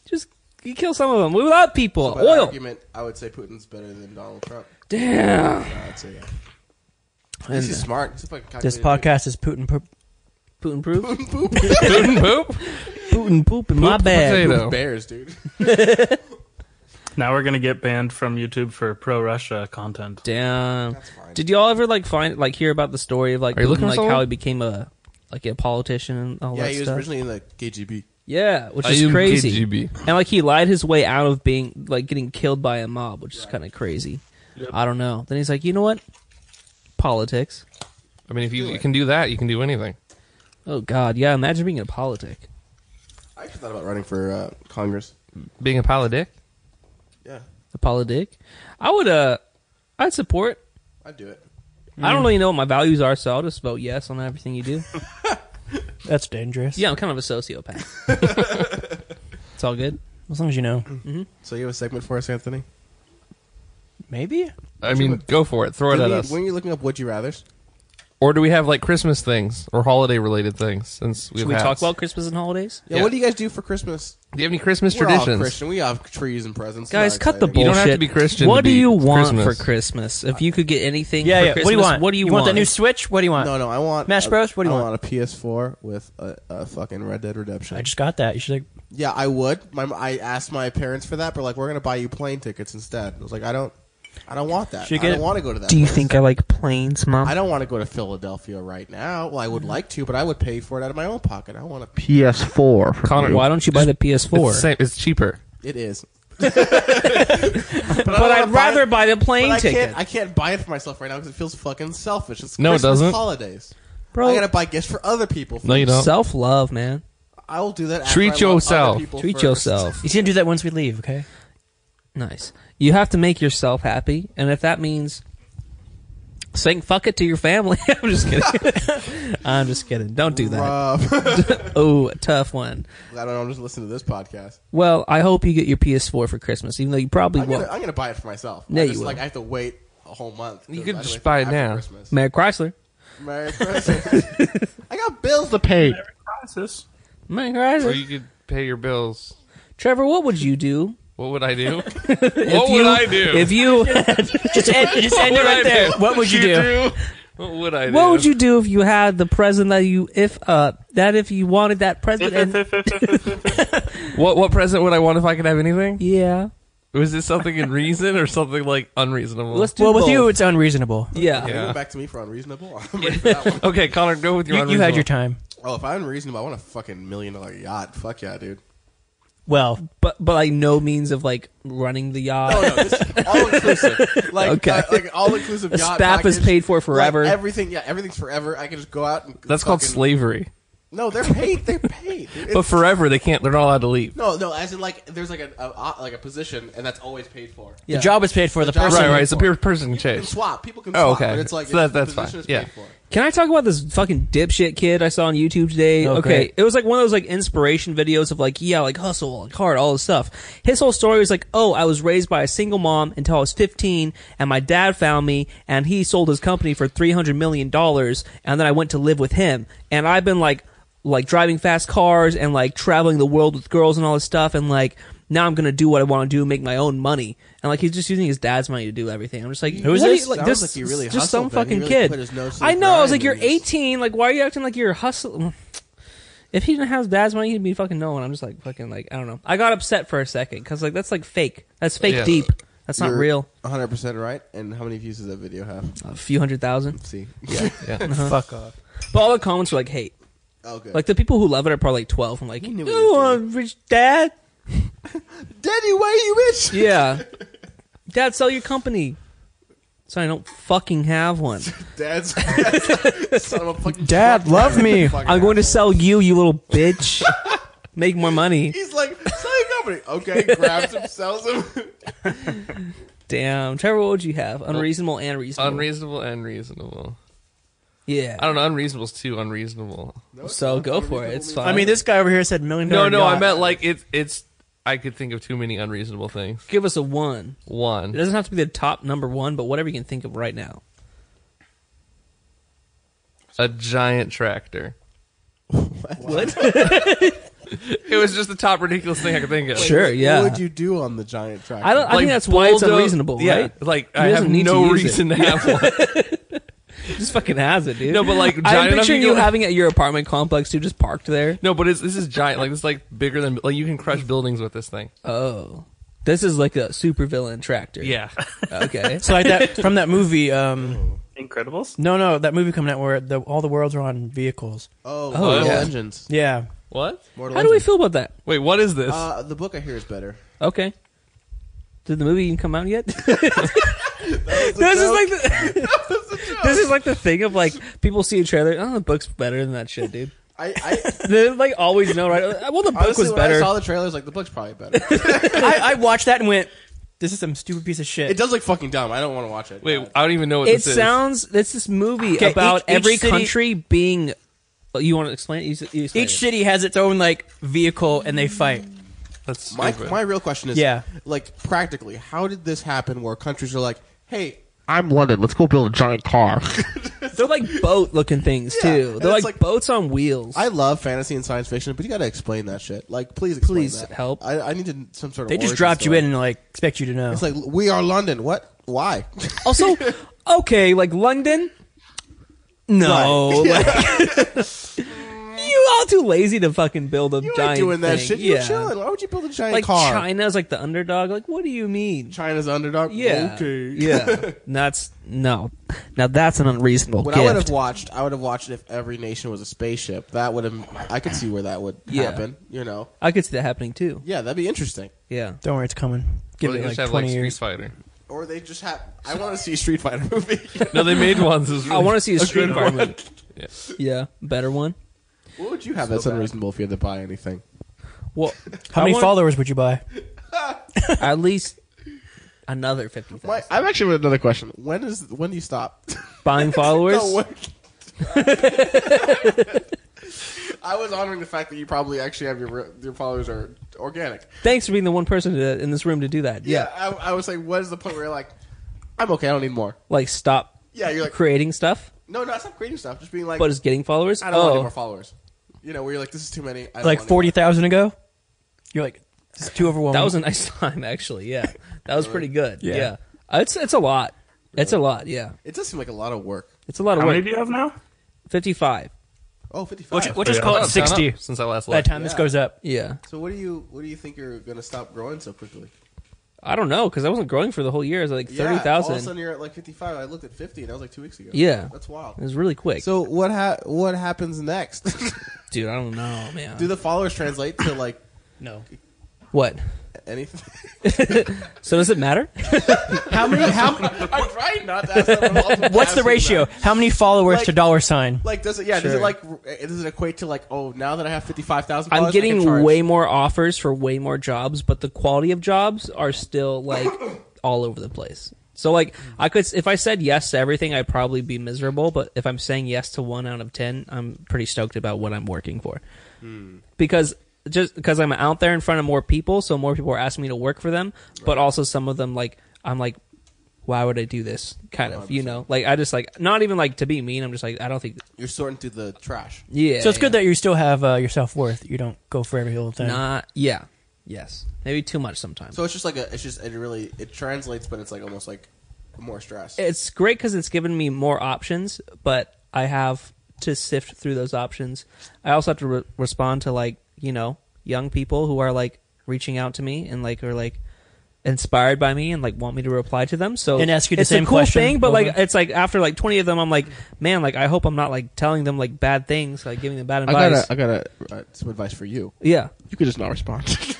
C: Just you kill some of them. We love people.
A: By that
C: Oil.
A: argument, I would say Putin's better than Donald Trump.
C: Damn.
A: I'd say yeah. At least he's smart. He's a fucking
D: This
A: calculated
D: podcast is Putin. pro-
C: Putin poop.
A: dude. Poop poop
B: Putin poop?
C: Putin poop in my
B: Poop
C: bag.
B: potato.
A: bears, dude.
E: Now we're gonna get banned from YouTube for pro Russia content.
C: Damn.
A: That's fine.
C: Did y'all ever like find like hear about the story of like
B: Are you
C: Putin,
B: looking for
C: like how
B: someone?
C: he became a like a politician and all
A: yeah,
C: that
A: he was
C: stuff?
A: originally in the KGB.
C: Yeah, which
B: I
C: is
B: am
C: crazy.
B: KGB.
C: And like he lied his way out of being like getting killed by a mob, which is kind of crazy. I don't know. Then he's like, you know what? Politics.
B: I mean, if you, you can do that, you can do anything.
C: Oh God, yeah. Imagine being in a politic.
A: I actually thought about running for uh, Congress.
B: Being a politic?
A: Yeah,
C: A politic. I would. Uh, I'd support.
A: I'd do it.
C: I don't really know what my values are, so I'll just vote yes on everything you do.
D: That's dangerous.
C: yeah, I'm kind of a sociopath. it's all good.
D: As long as you know.
A: So you have a segment for us, Anthony?
D: Maybe?
B: I mean, go for it. Throw it
A: When
B: at
A: you-
B: us.
A: When you're looking up would you rather's,
B: Or do we have like Christmas things or holiday related things? Since we've
C: Should we talk
B: hats?
C: about Christmas and holidays?
A: Yeah,
B: Yeah.
A: What do you guys do for Christmas?
B: Do you have any Christmas
A: We're all
B: traditions?
A: Christian. We have trees and presents.
C: Guys,
A: Not
C: cut the
A: exciting.
B: You
C: bullshit.
B: don't have to be Christian
C: What
B: to
C: do
B: be
C: you want
B: Christmas.
C: for Christmas? If you could get anything
D: Yeah,
C: for
D: yeah.
C: Christmas,
D: What do you want?
C: What do you,
D: want? that new Switch? What do you want?
A: No, no. I want
D: Smash
A: a-
D: Bros? What do you
A: I
D: want?
A: a PS4 with a, a fucking Red Dead Redemption.
D: I just got that. You should like.
A: yeah, I would. My, I asked my parents for that, but like, we're gonna buy you plane tickets instead. I was like, I don't, I don't want that.
D: Should you
A: I
D: get
A: don't
D: it?
A: want to go to that.
C: Do you
A: place.
C: think I like planes, Mom?
A: I don't want to go to Philadelphia right now. Well, I would like to, but I would pay for it out of my own pocket. I want a PS4. from
B: Connor,
A: you.
C: Why don't you buy the
B: It's,
C: PS4?
B: the same, it's cheaper.
A: It is.
C: but I'd rather buy the plane
A: But I
C: ticket,
A: can't. I can't buy it for myself right now because it feels fucking selfish. It's
B: No, it
A: Christmas
B: doesn't.
A: holidays. I
C: bro.
A: gotta buy gifts for other people.
B: No, you don't.
C: Self love, man.
A: I will do that. After
B: Treat
A: I love
B: yourself.
A: other people
C: Treat
A: first.
C: yourself.
D: He's gonna do that once we leave. Okay.
C: Nice. You have to make yourself happy, and if that means saying fuck it to your family, I'm just kidding. I'm just kidding. Don't do that.
A: Rob. Um, I
C: Oh, tough one.
A: don't know. I'm just listening to this podcast.
C: Well, I hope you get your PS4 for Christmas, even though you probably
A: I'm gonna,
C: won't.
A: I'm gonna buy it for myself.
C: Yeah,
A: I
C: you
A: just,
C: will.
A: Like I have to wait a whole month. 'cause
B: You could
A: I have to
B: just
A: wait
B: buy it
A: after
B: now.
A: Christmas.
C: Merry Chrysler.
A: Merry Christmas. I got bills to pay.
E: Crisis.
C: Merry
B: Or
C: Chrysler.
B: you could pay your bills.
C: Trevor, what would you do?
B: What would I do? what
C: If
B: would
C: you-
B: I do?
C: If you,
D: Just end, just end it
B: would I
D: right there.
B: do?
D: What would you do?
B: What would I do?
C: what would you do if you had the present that you if uh that if you wanted that present and
B: What what present would I want if I could have anything?
C: yeah
B: Was this something in reason or something like unreasonable?
C: Let's do
D: Well, with
C: both.
D: you, it's unreasonable.
C: yeah.
A: You
B: Yeah.
A: went back to me for unreasonable. I'm ready for that one.
B: Okay, Connor, go with your.
D: You, you had
B: unreasonable.
D: your time.
A: Oh, if I'm unreasonable, I want a fucking million dollar yacht. Fuck yeah, dude.
D: Well,
C: but but like no means of like running the yacht.
A: Oh no, this all inclusive. Like,
C: Okay.
A: uh, like all inclusive.
C: A staff is paid for forever.
A: everything, yeah, everything's forever. I can just go out and.
B: That's called
A: fucking-
B: slavery.
A: No, they're paid. They're paid. dude.
B: But forever, they can't. They're not allowed to leave.
A: no, no. As in, like, there's like a, a uh, like a position, and that's always paid for.
D: the
C: Yeah.
D: job is paid for. The,
A: job is
D: person.
B: Right,
A: Right,
B: right.
A: right,
B: It's a
A: pure
B: pure person
A: You can
B: change.
A: swap. People can swap.
B: Oh, okay.
A: But it's like
B: So that-
A: the
B: that's
A: position
B: fine.
A: is
B: Yeah.
A: paid for.
C: Can I talk about this fucking dipshit kid I saw on YouTube today?
D: Oh,
C: okay,
D: great.
C: it was like one of those like inspiration videos of like yeah, like hustle, like hard, all this stuff. His whole story was like, oh, I was raised by a single mom until I was 15, and my dad found me, and he sold his company for 300 million dollars, and then I went to live with him, and I've been like, like driving fast cars and like traveling the world with girls and all this stuff, and like. Now I'm gonna do what I want to do, make my own money, and like he's just using his dad's money to do everything. I'm just like,
D: Who is
C: what do
D: this?
C: you- like,
A: Sounds
C: this
A: like he really
C: just some
A: hustled, man. He
C: fucking
A: really
C: kid.
A: put his nose to
C: I
A: the
C: know. I
A: grind
C: was like, you're
A: and just-
C: 18. Like, why are you acting like you're hustling? If he didn't have his dad's money, he'd be fucking no one. I'm just like fucking like I don't know. I got upset for a second because like that's like fake. That's fake
B: Yeah.
C: deep. That's not
A: You're
C: real.
A: 100% right. And how many views does that video have?
C: A few hundred thousand.
A: See.
B: Uh-huh.
D: Fuck off.
C: But all the comments were like hate.
A: Oh, good.
C: Like the people who love it are probably like 12. I'm like,
A: knew
C: you
A: what he was
C: want a rich dad?
A: Daddy, why are you rich?
C: Yeah. dad, sell your company. So I don't fucking have one.
A: Dad's. son of a fucking
D: Dad,
A: truck
D: love
A: driver,
D: me.
A: you fucking
C: I'm going to
A: asshole.
C: sell you, you little bitch. Make more money.
A: He's like, sell your company. Okay, grabs him, sells him.
C: Damn, Trevor, what would you have? Unreasonable and reasonable.
B: Unreasonable and reasonable.
C: yeah.
B: I don't know. Unreasonable's too unreasonable.
A: No, it's
C: So
A: not.
C: go for it. It's fine.
D: I mean, this guy over here said million
B: No,
D: dollar.
B: no. I
D: yacht.
B: meant like it's it's. I could think of too many unreasonable things.
C: give us a one. It
B: One.
C: doesn't have to be the top number one, but whatever you can think of right now.
B: A giant tractor.
C: What?
B: It was just the top ridiculous thing I could think of.
C: Sure, yeah.
A: What would you do on the giant tractor?
C: I don't. I
B: Like,
C: think that's why it's
B: bulldo-
C: unreasonable,
B: yeah,
C: right?
B: Like
C: He
B: I have
C: doesn't need to
B: no
C: use it.
B: reason to have one.
C: Just fucking has it, dude.
B: No, but like
C: I'm
B: giant enough
C: picturing
B: you
C: you
B: can-
C: having it at your apartment complex, dude, just parked there.
B: No, but it's, this is giant. Like this, is like bigger than like you can crush buildings with this thing.
C: Oh, this is like a super villain tractor.
B: Yeah,
C: Okay.
D: So like that from that movie. Um,
E: Incredibles.
D: no, no, that movie coming out where the, all the worlds are on vehicles.
A: Oh,
C: Oh,
A: Mortal
B: yeah.
A: Engines.
D: Yeah,
B: what?
A: Mortal
C: How do we
A: Engines.
C: feel about that?
B: Wait, what is this?
A: Uh, the book I hear is better.
C: Okay. Did the movie even come out yet? this is like the, this is like the thing of like people see a trailer. Oh, the book's better than that shit, dude.
A: I, I
C: They like always know, right? Uh, Well, the book
A: honestly,
C: was
A: when I
C: better.
A: saw the trailers, like the book's probably better.
D: I, I watched that and went, "This is some stupid piece of shit."
A: it does look fucking dumb. I don't want to watch it. Uh,
B: Wait, I don't even know what
C: It
B: this is.
C: sounds. It's this movie
D: Okay,
C: about
D: each- each
C: every
D: city-
C: country being. oh, You want to explain it? You, s- you explain
D: Each
C: it.
D: city has its own like vehicle and they fight.
B: That's
A: my
B: stupid.
A: my real question is,
D: Yeah.
A: like practically, how did this happen? Where countries are like, hey,
C: They're like boat looking things
A: Yeah,
C: too.
A: and
C: They're
A: it's
C: like,
A: like-
C: boats on wheels.
A: I love fantasy and science fiction, but you got to explain that shit. Like, please, explain
C: Please
A: that.
C: help.
A: I, I need to, some sort of.
D: They just
A: origin
D: dropped you
A: story.
D: in and like expect you to know.
A: It's like we are London. What? Why?
C: also, okay, like London. No, like, you all too lazy to fucking build a
A: You
C: giant
A: ain't doing that
C: thing.
A: shit.
C: Yeah,
A: You're chilling. Why would you build a giant
C: like
A: car?
C: China's like the underdog. Like, what do you mean?
A: China's underdog.
C: Yeah,
A: Okay.
C: yeah. That's no. Now that's an unreasonable
A: What I would have
C: gift.
A: watched, I would have watched if every nation was a spaceship. That would have. I could see where that would
C: Yeah.
A: happen. You know.
C: I could see that happening too.
A: Yeah, that'd be interesting.
C: Yeah.
D: Don't worry, it's coming. Give
B: Well, they
D: it like
B: just have
D: twenty
B: like Street
D: years.
B: Fighter.
A: Or they just have. I want to see a Street Fighter movie.
B: No, they made ones. It's
C: I
B: really-
C: want to see a street
B: good
C: fighter
B: one.
C: movie. Yeah, better one.
A: what would you have? That's unreasonable if you had to buy anything.
C: Well,
D: How
C: I
D: many
C: want
D: followers would you buy?
C: At least another fifty
A: My,
C: thousand.
A: I'm actually with another question. When is when do you stop?
C: Buying followers.
A: No, when- I was honoring the fact that you probably actually have your re- your followers are organic.
C: Thanks for being the one person to, in this room to do that. Yeah.
A: I, I was like, what is the point where you're like, I'm okay, I don't need more.
C: Like stop
A: Yeah, you're like,
C: creating stuff,
A: no, no, stop creating stuff. Just being like,
C: but it's getting followers.
A: I don't want
C: Oh.
A: any more followers. You know, where you're like, this is too many. I don't
D: Like
A: want any
D: forty thousand ago? You're like it's too overwhelming.
C: That was a nice time, actually. Yeah, that was pretty good.
D: Yeah.
C: Yeah, Uh, it's it's a lot. It's a lot. Yeah,
A: more. It does seem like a lot of work.
C: it's a lot of
E: How
C: work.
E: many do you have now?
C: Fifty-five.
A: Oh, 55.
D: we'll, ju- we'll just
E: Yeah.
D: call
B: Oh,
D: it
B: it's gone
D: sixty.
B: up since I last
D: By the
B: left.
D: time this goes up.
C: Yeah,
A: so what do you what do you think you're gonna stop growing so quickly?
C: I don't know because I wasn't growing for the whole year. I was like
A: Yeah,
C: thirty
A: All of a
C: thousand.
A: sudden you're at like 55. I looked at 50 and that was like two weeks ago.
C: Yeah.
A: that's wild.
C: it was really quick,
A: So what ha- what happens next?
C: dude. I don't know, man.
A: Do the followers translate to like
D: No.
C: what?
A: anything?
C: So does it matter?
D: How many how
A: I'm trying not to ask that. but I'm
D: what's the
A: asking
D: ratio?
A: that.
D: How many followers
A: Like-
D: to dollar sign?
A: Like does it? Yeah, does
C: Sure.
A: it like r- does it equate to like oh now that I have fifty five thousand?
C: I'm getting way more offers for way more jobs, but the quality of jobs are still like all over the place. So like I could if I said yes to everything, I'd probably be miserable. But if I'm saying yes to one out of ten, I'm pretty stoked about what I'm working for Hmm. because just because I'm out there in front of more people, so more people are asking me to work for them. But also some of them like I'm like, why would I do this? Kind of you know like I just like not even like to be mean. I'm just like I don't think
A: You're sorting through the trash.
C: yeah.
D: so it's
C: yeah.
D: good that you still have uh, your self worth. You don't go for every little thing.
C: Not yeah. Yes. Maybe too much sometimes.
A: So it's just like a. It's just it really it translates, but it's like almost like more stress.
C: it's great because it's given me more options, but I have to sift through those options. I also have to re- respond to like you know young people who are like reaching out to me and like are like inspired by me and like want me to reply to them. So
D: And ask you the
C: it's
D: same
C: a cool
D: question
C: thing, but like
D: over.
C: it's like after like twenty of them, I'm like, man, like I hope I'm not like telling them like bad things, like giving them bad
A: I
C: advice.
A: got a, I got a, uh, some advice for you.
C: yeah,
A: You could just not respond.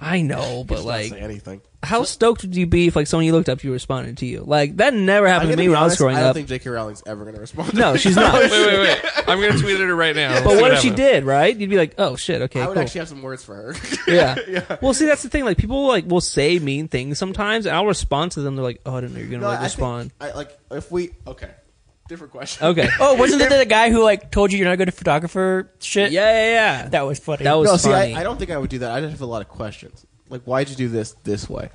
C: I know, but like,
A: say anything.
C: how stoked would you be if like someone you looked up to responded to you? Like that never happened to me when I was growing
A: I don't
C: up.
A: think J.K. Rowling's ever going to respond.
C: no, she's not.
B: Wait, wait, wait. I'm gonna tweet at her right now.
C: But what if she did, right? You'd be like, oh shit, okay,
A: I would
C: cool.
A: actually have some words for her.
C: yeah. Well, see, that's the thing. Like, people like will say mean things sometimes, and I'll respond to them. They're like, oh, I didn't know you're gonna
A: no,
C: like
A: I
C: respond.
A: think I, like if we okay, different question.
C: Okay.
D: Oh, wasn't it the guy who like told you you're not a good photographer?
C: yeah,
D: Shit.
C: yeah, yeah.
D: that was funny.
C: That was
A: no,
C: funny.
A: see, I, I don't think I would do that. I'd have a lot of questions. Like, why'd you do this this way?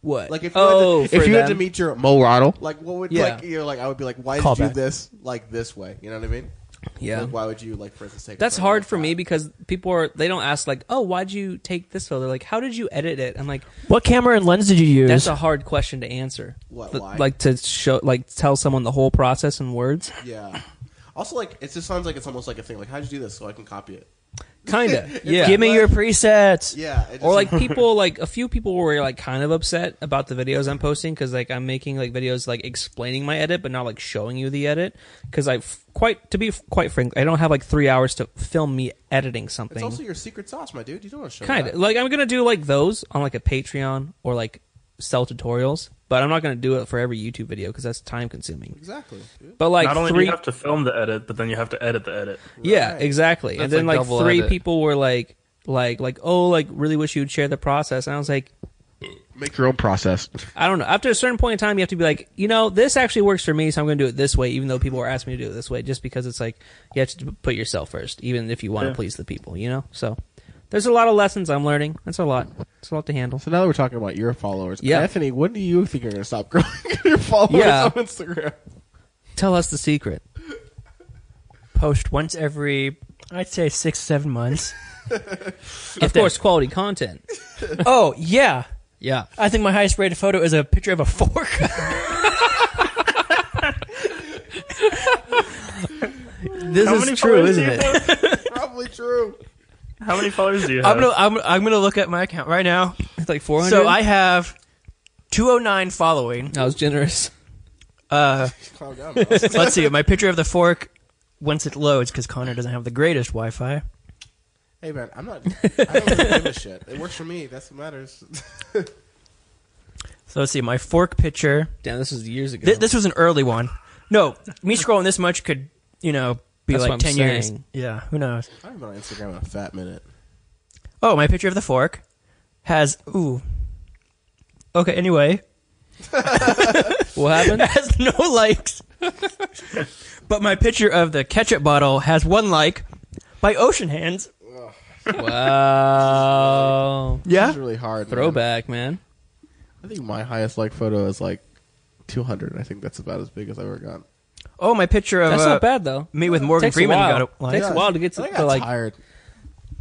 C: what?
A: Like, if you,
C: oh,
A: had, to, if
C: for
A: you had to
C: them.
A: meet your Mo Ronald, like, what would
C: Yeah.
A: like you know, like I would be like, why
D: Call
A: did you
D: back.
A: do this like this way? You know what I mean?
C: Yeah.
A: Like, why would you like, for instance, take? a
C: That's
A: photo
C: hard
A: like
C: for me
A: that?
C: because people are they don't ask like, oh, why'd you take this photo? They're like, how did you edit it? I'm like,
D: what camera and lens did you use?
C: that's a hard question to answer.
A: What,
C: Th-
A: why?
C: Like to show, like tell someone the whole process in words.
A: Yeah. Also, like, it just sounds like it's almost like a thing. Like, how'd you do this so I can copy it?
C: Kinda. yeah.
D: Give me your presets.
A: Yeah. It just,
C: or like people like a few people were like kind of upset about the videos i'm posting because like i'm making like videos like explaining my edit but not like showing you the edit because i f- quite to be f- quite frank i don't have like three hours to film me editing
A: it's also
C: something
A: your secret sauce, my dude. You don't want to show.
C: kind
A: that.
C: of like i'm gonna do like those on like a patreon or like sell tutorials but i'm not gonna do it for every youtube video because that's time consuming
A: Exactly.
C: but like
E: Not only do
C: three
E: you have to film the edit, but then you have to edit the edit.
C: Yeah,
A: Right.
C: exactly. and
B: That's
C: then
B: a
C: like
B: double
C: three
B: edit.
C: people were like, like, like, oh, like, really wish you'd share the process. And I was like,
A: Make your own process.
C: I don't know. After a certain point in time, you have to be like, you know, this actually works for me, so I'm going to do it this way, even though people are asking me to do it this way, just because it's like you have to put yourself first, even if you want to
E: Yeah.
C: please the people, you know. So there's a lot of lessons I'm learning. That's a lot. It's a lot to handle.
A: So now that we're talking about your followers,
C: Yeah.
A: Anthony, when do you think you're going to stop growing your followers
C: Yeah.
A: on Instagram?
C: Tell us the secret.
D: Post once every, I'd say six, seven months.
C: Of course, quality content.
D: oh, yeah.
C: Yeah.
D: I think my highest rated photo is a picture of a fork. this
E: How many
D: is true,
E: followers
D: isn't
E: do you
D: it?
E: have?
A: Probably true.
E: How many followers do you have?
D: I'm
C: Uh,
D: gonna I'm, I'm gonna look at my account right now.
C: It's like 400.
D: So I have 209 following.
C: I was generous.
D: Uh,
A: Calm down.
D: let's see my picture of the fork once it loads because Connor doesn't have the greatest Wi-Fi.
A: hey man, I'm not. I don't really give a shit. It works for me. That's what matters.
D: So let's see my fork picture.
C: Damn, this was years ago.
D: Th- this was an early one. No, me scrolling this much could you know be
C: That's
D: like
C: what I'm
D: 10 years.
C: saying.
D: Yeah, who knows?
A: I've been on Instagram in a fat minute.
D: Oh, my picture of the fork has ooh. Okay, anyway,
C: what happened?
D: has no likes. but my picture of the ketchup bottle has one like by Ocean Hands.
C: wow.
A: It's really hard. man.
C: Throwback, man.
A: I think my highest like photo is like 200. I think that's about as big as I ever got.
D: Oh, my picture of
C: That's
D: uh,
C: not bad, though.
D: me with Morgan
C: Takes a
D: Freeman
C: while.
D: got a like.
C: Takes- It's wild to get to-
A: I think
C: to,
A: I got
C: like-
A: tired.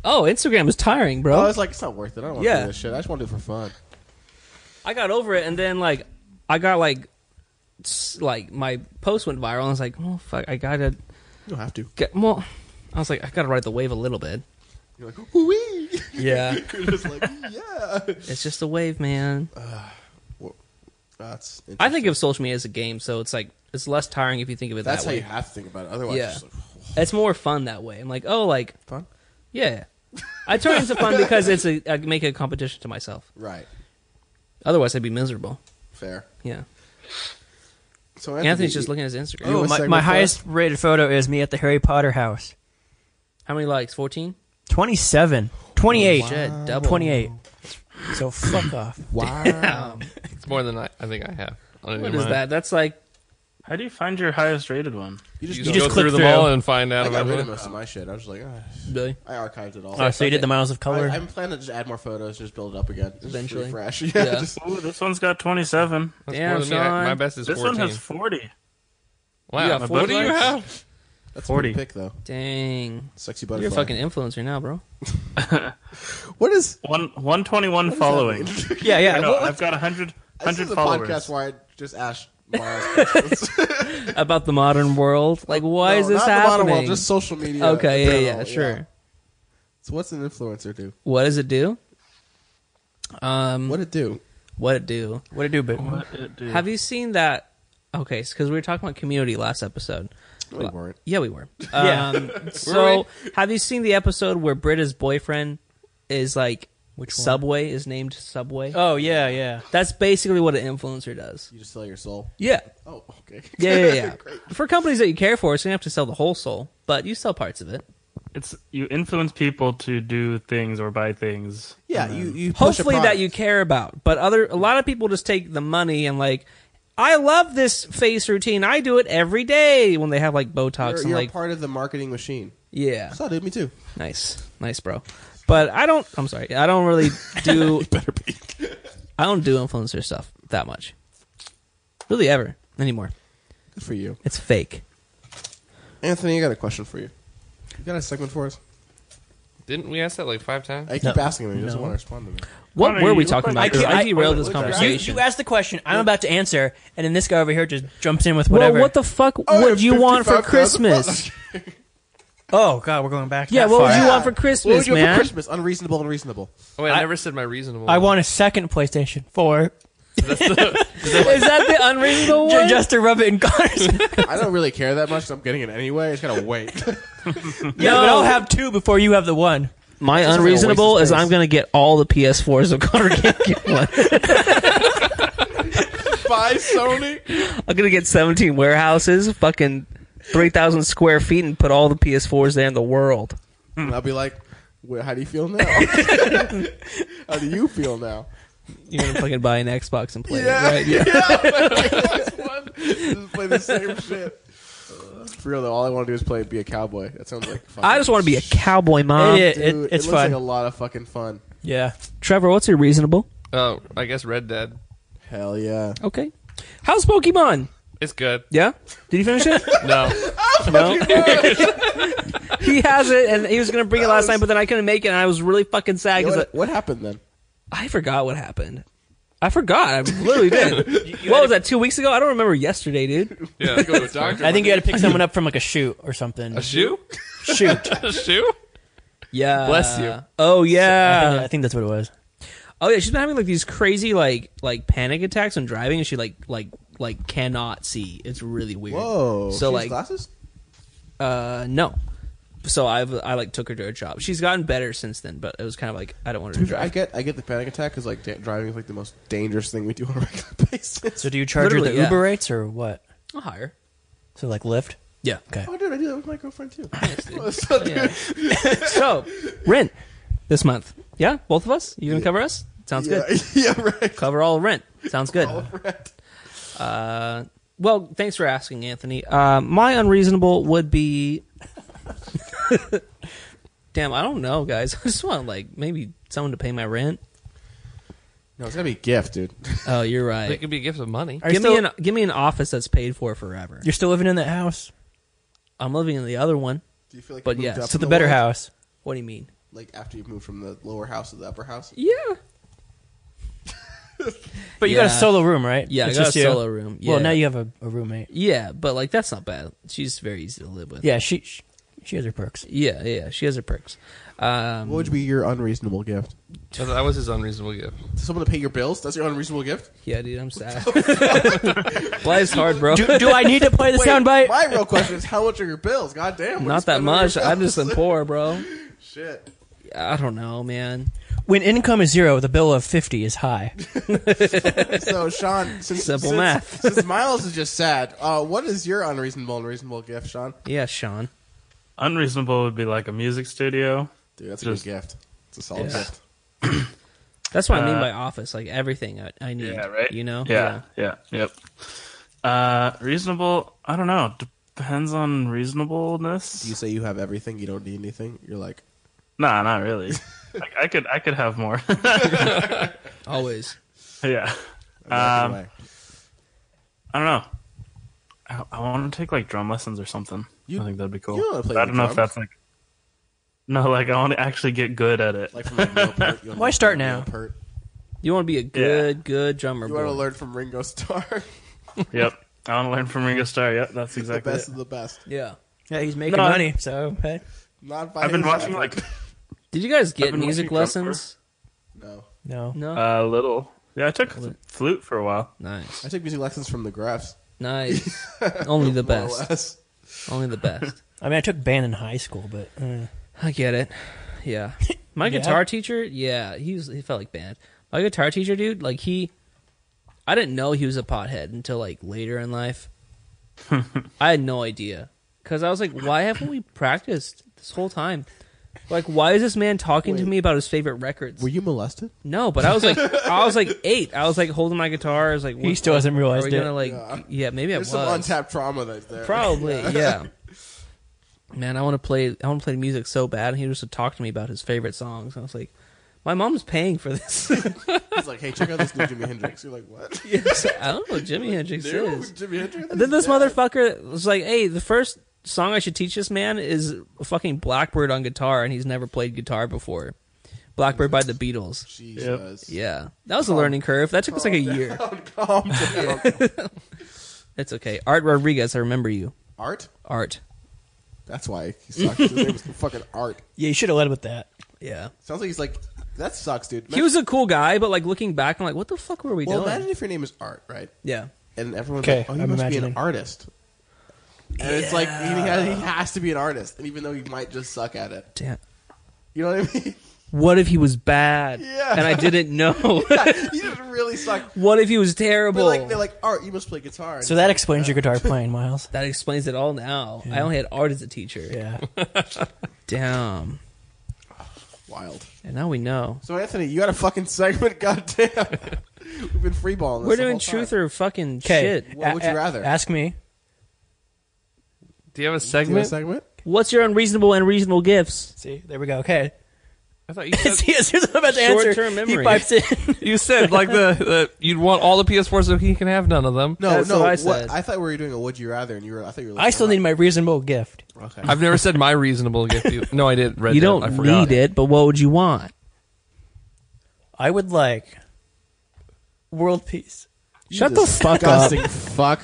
C: Oh, Instagram is tiring, bro.
A: I was like, it's not worth it. I don't want to
C: Yeah.
A: do this shit. I just want to do it for fun.
C: I got over it, and then like I got like s- like my post went viral. And I was like, oh fuck, I gotta
A: You don't have to.
C: get more. I was like, I gotta ride the wave a little bit.
A: You're like, wee.
C: Yeah,
A: You're just like, yeah.
C: it's just a wave, man.
A: That's.
C: I think of social media as a game, so it's like it's less tiring if you think of it
A: that's
C: that
A: how
C: way.
A: you have to think about it. Otherwise,
C: Yeah.
A: it's just like,
C: It's more fun that way. I'm like, oh, like
A: fun.
C: yeah. I turn it into fun because it's a I make it a competition to myself.
A: Right.
C: Otherwise, I'd be miserable.
A: Fair.
C: Yeah,
A: So
C: Anthony's just looking at his Instagram.
A: You
D: Oh,
A: wanna
D: my,
A: segue
D: my
A: for
D: highest rated photo is me at the Harry Potter house.
C: How many likes? Fourteen.
D: 27. 28.
C: Shit, double.
D: 28. So fuck off.
A: Wow.
B: It's more than I, I think I have. I don't
C: What
B: even
C: is
B: mind.
C: that? That's like
E: How do you find your highest rated one?
A: you just,
B: You,
A: you
B: just
A: just.
B: go
D: click
B: through them
D: through.
B: all and find out
A: I got
B: about
A: rid of
B: it.
A: most of my shit. I was just like, ah,
C: really.
A: I archived it all.
D: Oh, so you did the miles of color.
A: I, I'm planning to just add more photos, just build it up again, just
C: Eventually.
A: refresh. Yeah,
C: Yeah.
A: just-
E: Ooh, this one's got 27.
B: That's
C: Damn,
B: more than me. I-
C: son.
B: My best is
E: This
B: 14.
E: one has 40.
B: wow.
C: got
B: what
E: 40
B: do you
E: likes?
B: have?
A: that's
E: 40.
A: a good pick though.
C: Dang.
A: Sexy butterfly.
C: You're a fucking influencer now, bro.
A: What is?
E: One, 121 following.
D: yeah, yeah.
E: I know,
D: What- what-
E: I've got 100,
A: This
E: 100
A: is a
E: followers.
A: podcast where I just ask Miles questions.
C: About the modern world. Like, why
A: No,
C: is this
A: not the model
C: happening?
A: world, just social media.
C: okay,
A: in
C: yeah, yeah,
A: general,
C: sure.
A: So what's an influencer do?
C: What does it do? Um,
A: What
C: what
A: it do?
C: it do?
D: What'd it do, but
E: What it do?
C: Have you seen that? Okay, because we were talking about community last episode.
A: No, we weren't.
C: Yeah, we were.
D: Yeah.
C: Um, so, have you seen the episode where Britta's boyfriend is like
D: Which one?
C: Subway is named Subway?
D: Oh, yeah, yeah.
C: That's basically what an influencer does.
A: You just sell your soul.
C: Yeah,
A: Oh, okay.
C: yeah, yeah. yeah.
A: Great.
C: for companies that you care for, so you have to sell the whole soul, but you sell parts of it.
E: It's you influence people to do things or buy things.
A: Yeah, you you push a
C: Um, hopefully that
A: product.
C: you care about but other a lot of people just take the money and like i love this face routine i do it every day when they have like botox
A: You're,
C: and
A: you're
C: like
A: a part of the marketing machine.
C: yeah
A: So dude, me too.
C: nice nice bro but i don't i'm sorry i don't really do
A: Better be.
C: i don't do influencer stuff that much really ever anymore
A: Good for you,
C: it's fake
A: Anthony. I got a question for you. You got a segment for us?
B: Didn't we ask that like five times?
A: I keep asking him. He doesn't want to respond to me.
C: what
E: Connor,
C: were
E: you
C: we
E: look
C: talking
E: like
C: about
D: you're-
C: i,
D: I-
C: derailed this
A: look like-
D: You,
C: conversation
D: you asked the question. I'm about to answer, and then this guy over here just jumps in with
C: well
D: whatever.
C: what the fuck
A: Oh,
C: would you want for christmas
D: oh God, we're going back.
C: yeah
D: that
C: what would
D: far.
C: you want for
A: What would
C: christmas
A: you want for
C: man
A: Christmas? Unreasonable, unreasonable.
B: Oh, wait, I, never said my reasonable.
D: I want a second PlayStation Four
C: is that the unreasonable
D: j-
C: one
D: just to rub it in Connor's. yeah,
A: I don't really care that much. so I'm getting it anyway. I just gotta wait.
D: but I'll have two before you have the one.
C: My
A: like a
C: unreasonable
A: waste
C: is
A: of space.
C: I'm going to get all the PS4s of Connor can't get one.
A: Bye, Sony.
C: I'm going to get 17 warehouses, fucking 3,000 square feet, and put all the PS4s there in the world.
A: And I'll be like, well, how do you feel now? how do you feel now?
C: You're going to fucking buy an Xbox and play it, right?
A: yeah. Xbox One. Just play the same shit. For real though, all I want to do is play be a cowboy. That sounds like fun.
C: I just want to be a cowboy mom.
D: It- it-
A: Dude,
D: it's
A: it looks
D: fun.
A: like a lot of fucking fun.
D: Yeah.
C: Trevor, what's your reasonable?
B: Oh, I guess Red Dead.
A: Hell yeah!
C: Okay. How's Pokemon?
B: It's good.
D: Yeah? Did you finish it?
B: No.
D: no. he has it, and he was going to bring it last night, but then I couldn't make it, and I was really fucking sad
A: Yeah,
D: because
A: what, what happened then?
D: I forgot what happened. I forgot. I literally did. what was that? Two weeks ago? I don't remember yesterday, dude.
B: Yeah.
A: Go to a doctor.
D: I think you had to pick someone up from like a shoot or something.
B: A shoe?
D: shoot.
B: A shoe?
D: Yeah.
B: Bless you.
D: Oh
C: yeah.
D: I think that's what it was.
C: Oh yeah, she's been having like these crazy like like panic attacks when driving, and she like like like cannot see. It's really weird.
A: Whoa.
C: So
A: She's
C: like
A: glasses?
C: uh no. So I've I like took her to her job. She's gotten better since then, but it was kind of like I don't want her to
A: I
C: drive.
A: get I get the panic attack because like da- driving is like the most dangerous thing we do on a regular basis.
D: So do you charge her
C: Literally,
D: the
C: yeah.
D: Uber rates or what?
C: I'll hire.
D: So like Lyft?
C: Yeah.
D: Okay.
A: Oh, dude, I do that with my girlfriend too.
C: So rent this month. Yeah, both of us. You gonna cover us? Sounds
A: yeah,
C: good.
A: yeah, right.
C: Cover all rent. Sounds good. Uh, well, thanks for asking, Anthony. Uh, my unreasonable would be. Damn, I don't know, guys. I just want like maybe someone to pay my rent.
A: No, it's gotta be gift, dude.
C: Oh, you're
B: It
C: right.
B: could be a gift of money.
D: Are you
C: give
D: still,
C: me an give me an office that's paid for forever.
D: you're still living in that house?
C: I'm living in the other one.
A: Do you feel like?
C: But
A: you moved
C: yes,
A: up
D: To
A: in
D: the better
A: world?
D: house.
C: What do you mean?
A: Like after you've moved from the lower house to the upper house.
C: Yeah.
D: But you got
C: Yeah.
D: a solo room, right?
C: Yeah, I
D: It's
C: got
D: just
C: a
D: you.
C: solo room. Yeah.
D: Well, now you have a, a roommate.
C: Yeah, but like that's not bad. She's very easy to live with.
D: Yeah, she she- she has her perks.
C: Yeah, yeah. She has her perks. Um,
A: What would be your unreasonable gift?
B: So that was his unreasonable gift.
A: Someone to pay your bills? That's your unreasonable gift.
C: yeah, dude, I'm sad. Life's hard, bro.
D: Do, do I need to play the soundbite?
A: My real question is, how much are your bills? God damn, what are you
C: not that
A: spending on your
C: much. I've
A: bills?
C: just been poor, bro.
A: Shit.
C: I don't know, man.
D: When income is zero, the bill of fifty is high.
A: So, Sean, since,
C: Simple
A: since-
C: math.
A: since Miles is just sad, uh, what is your unreasonable and reasonable gift, Sean?
C: Yeah, Sean.
E: Unreasonable would be like a music studio.
A: Dude, that's a
E: Just-
A: good gift. It's a solid
C: Yeah.
A: gift.
C: That's what I mean
E: Uh,
C: by office. Like everything I, I need. You know?
E: Yeah, yeah, yep. Uh, reasonable. I don't know. Depends on reasonableness.
A: Do you say you have everything? You don't need anything? You're like,
E: Nah, not really. I, I could, I could have more.
C: Yeah. Always.
E: yeah.
A: walking
E: Um,
A: away.
E: I don't know. I, I want to take like drum lessons or something.
A: You-
E: I think that'd be cool.
A: you wanna play
E: But I
A: the
E: don't know if
A: drums?
E: that's like. No, like I want to actually get good at it.
A: like from like Neil Peart. You wanna
D: Why
A: learn
D: start
A: from
D: now?
A: Neil Peart.
C: You want to be a good, good drummer,
A: You want to
C: boy.
A: learn from Ringo Starr,
E: yep. I want to learn from Ringo Starr. Yep, that's
A: the
E: exactly.
A: best
E: it.
A: of the best.
C: Yeah.
D: Yeah, he's making
E: No, I-
D: money, so hey.
A: Not by
E: I've been
A: his
E: watching
A: effort.
E: like
C: Did you guys
E: I've
C: get
E: been
C: music
E: watching Uh. drum
C: lessons?
A: no.
D: No.
C: No.
E: a little. Yeah, I took flute for a while.
C: nice.
A: I took music lessons from the Graphs.
C: Nice. Only the
A: more or
C: best.
A: less.
C: Only the best.
D: I mean, I took band in high school, but uh,
C: I get it. Yeah. My
D: Yeah?
C: guitar teacher, yeah, he was he felt like band. My guitar teacher dude, like he I didn't know he was a pothead until like later in life. I had no idea. Cuz I was like, why haven't we practiced this whole time? Like why is this man talking to
A: Wait.
C: me about his favorite records?
A: Were you molested?
C: no, but I was like I was like 8. I was like holding my guitar, I was like
D: He still hasn't
C: Are
D: realized
C: we
D: it.
C: going to like
A: Yeah.
C: yeah, maybe I
A: There's
C: was.
A: some untapped trauma that's there.
C: Probably, yeah. Man, I want to play. I want to play music so bad, and he just would talk to me about his favorite songs. I was like, "My mom's paying for this."
A: He's like, hey, check out this new Jimi Hendrix. You're like, what?
C: Yes, I don't know what Jimi Hendrix
A: New
C: is.
A: Jimi Hendrix?
C: Then this motherfucker was like, "Hey, the first song I should teach this man is fucking Blackbird on guitar, and he's never played guitar before. Blackbird by the Beatles.
A: Jesus.
C: Yeah, that was a learning curve. That took us like a year.
A: Calm down.
C: It's okay. Art Rodriguez, I remember you.
A: Art?
C: Art.
A: That's why he sucks. His name was fucking Art.
D: yeah, you should have led with that.
C: Yeah,
A: Sounds like he's like, that sucks, dude.
C: he was a cool guy, but like looking back, I'm like, "What the fuck were we
A: Well,
C: doing?"
A: imagine if your name is Art, right?
C: yeah.
A: And everyone's
D: Okay,
A: like, oh, you
D: I'm
A: must be
D: imagining.
A: an artist. And it's like, he has, he has to be an artist, and even though he might just suck at it.
C: Damn.
A: You know what I mean?
C: What if he was bad?
A: Yeah.
C: And I didn't know.
A: he just really suck.
C: what if he was
A: They're
C: terrible?
A: like, they're like, Art, you must play guitar. And
D: So
A: it's
D: that
A: like,
D: explains your guitar playing, Miles.
C: that explains it all now. I only had art as a teacher.
D: Yeah.
C: Damn.
A: wild.
C: And now we know.
A: So, Anthony, you got a fucking segment? Goddamn. We've been freeballing this
C: We're
A: the
C: doing
A: whole
C: truth
A: time.
C: or fucking
D: Okay.
C: shit.
A: What would you rather?
D: Ask me.
B: Do you have a
A: Do you have a
B: segment?
A: segment?
C: What's your unreasonable and reasonable gifts?
D: See, there we go. Okay.
B: I thought you said
D: Yes, here's what I'm about to answer.
C: Short-term
D: He
C: memory.
D: pipes in.
B: you said like the, the you'd want all the PS4s so he can have none of them.
A: No,
C: That's
A: no.
C: what I
A: I,
C: said.
A: I thought we were doing a would you rather, and you were. I thought you were.
D: I still need my reasonable gift.
A: Okay.
B: I've never said my reasonable gift. either. No, I did. Red
C: you
B: Dead.
C: don't
B: I forgot.
C: need it, but what would you want?
D: I would like world peace.
C: Shut the fuck up.
A: disgusting fuck.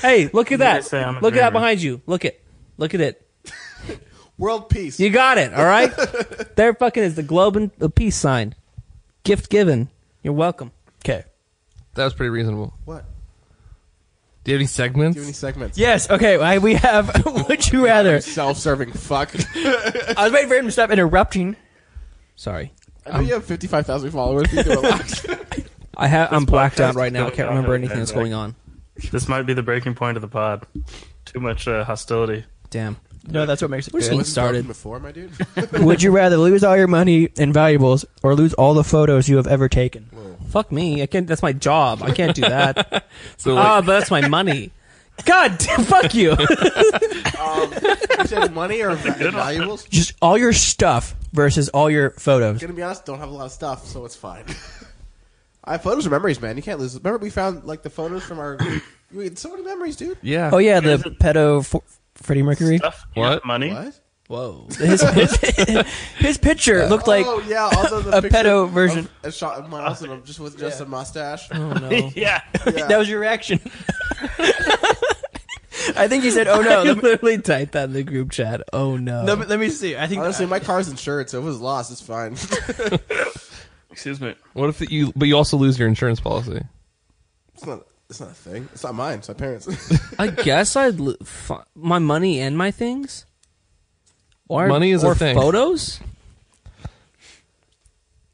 C: Hey, look at that.
E: say I'm a
C: Look at that
E: dreamer.
C: behind you. Look it. Look at it.
A: World peace.
C: You got it, all right? there fucking is the globe and the peace sign. Gift given. You're welcome.
D: Okay.
B: That was pretty reasonable.
A: what?
B: Do you have any segments?
A: Do you have any segments?
D: Yes. Okay. I, we have. would you rather?
A: Self-serving fuck.
D: I was waiting for him to stop interrupting.
C: Sorry.
A: I know you have fifty-five thousand followers. You can relax.
C: I have I'm blacked out
E: podcast
C: right now. I
E: is
C: can't
E: going
C: remember
E: on,
C: anything that's
E: right?
C: going on.
E: This might be the breaking point of the pod. Too much uh, hostility.
C: Damn.
D: No, that's what makes it.
C: We're just
D: good.
A: Wasn't
C: getting
A: broken
C: started.
A: before, my dude.
D: Would you rather lose all your money and valuables or lose all the photos you have ever taken?
C: Fuck me. I can't that's my job. I can't do that.
B: So like,
C: Ah, but that's my money. God damn, fuck you.
A: Um, you said money or va- valuables.
D: Just all your stuff versus all your photos.
A: Gonna be honest, don't have a lot of stuff, so it's fine. I have photos are memories, man. You can't lose. Remember, we found like the photos from our. We had so many memories, dude.
B: yeah.
D: Oh yeah, the pedo Fo- Freddie Mercury.
E: Stuff,
B: What?
E: yeah, money?
A: What?
C: Whoa.
D: His, his, his picture looked like
A: oh yeah, also the
D: a
A: picture
D: pedo
A: of
D: version.
A: A shot of Miles and of just with just a mustache.
C: Oh,
E: Yeah.
A: Yeah.
D: that was your reaction. I think you said, "Oh no."
C: I
D: Let me,
C: literally typed that in the group chat. Oh no.
D: let me- let me see. I think uh,
A: Honestly, my car's insured, so if it was lost, it's fine.
E: Excuse me.
B: What if you? But you also lose your insurance policy.
A: it's not. It's not a thing. It's not mine. It's my parents.
C: I guess I'd lo- fu- my money and my things. Or
B: Money is a
C: or
B: thing.
C: Photos.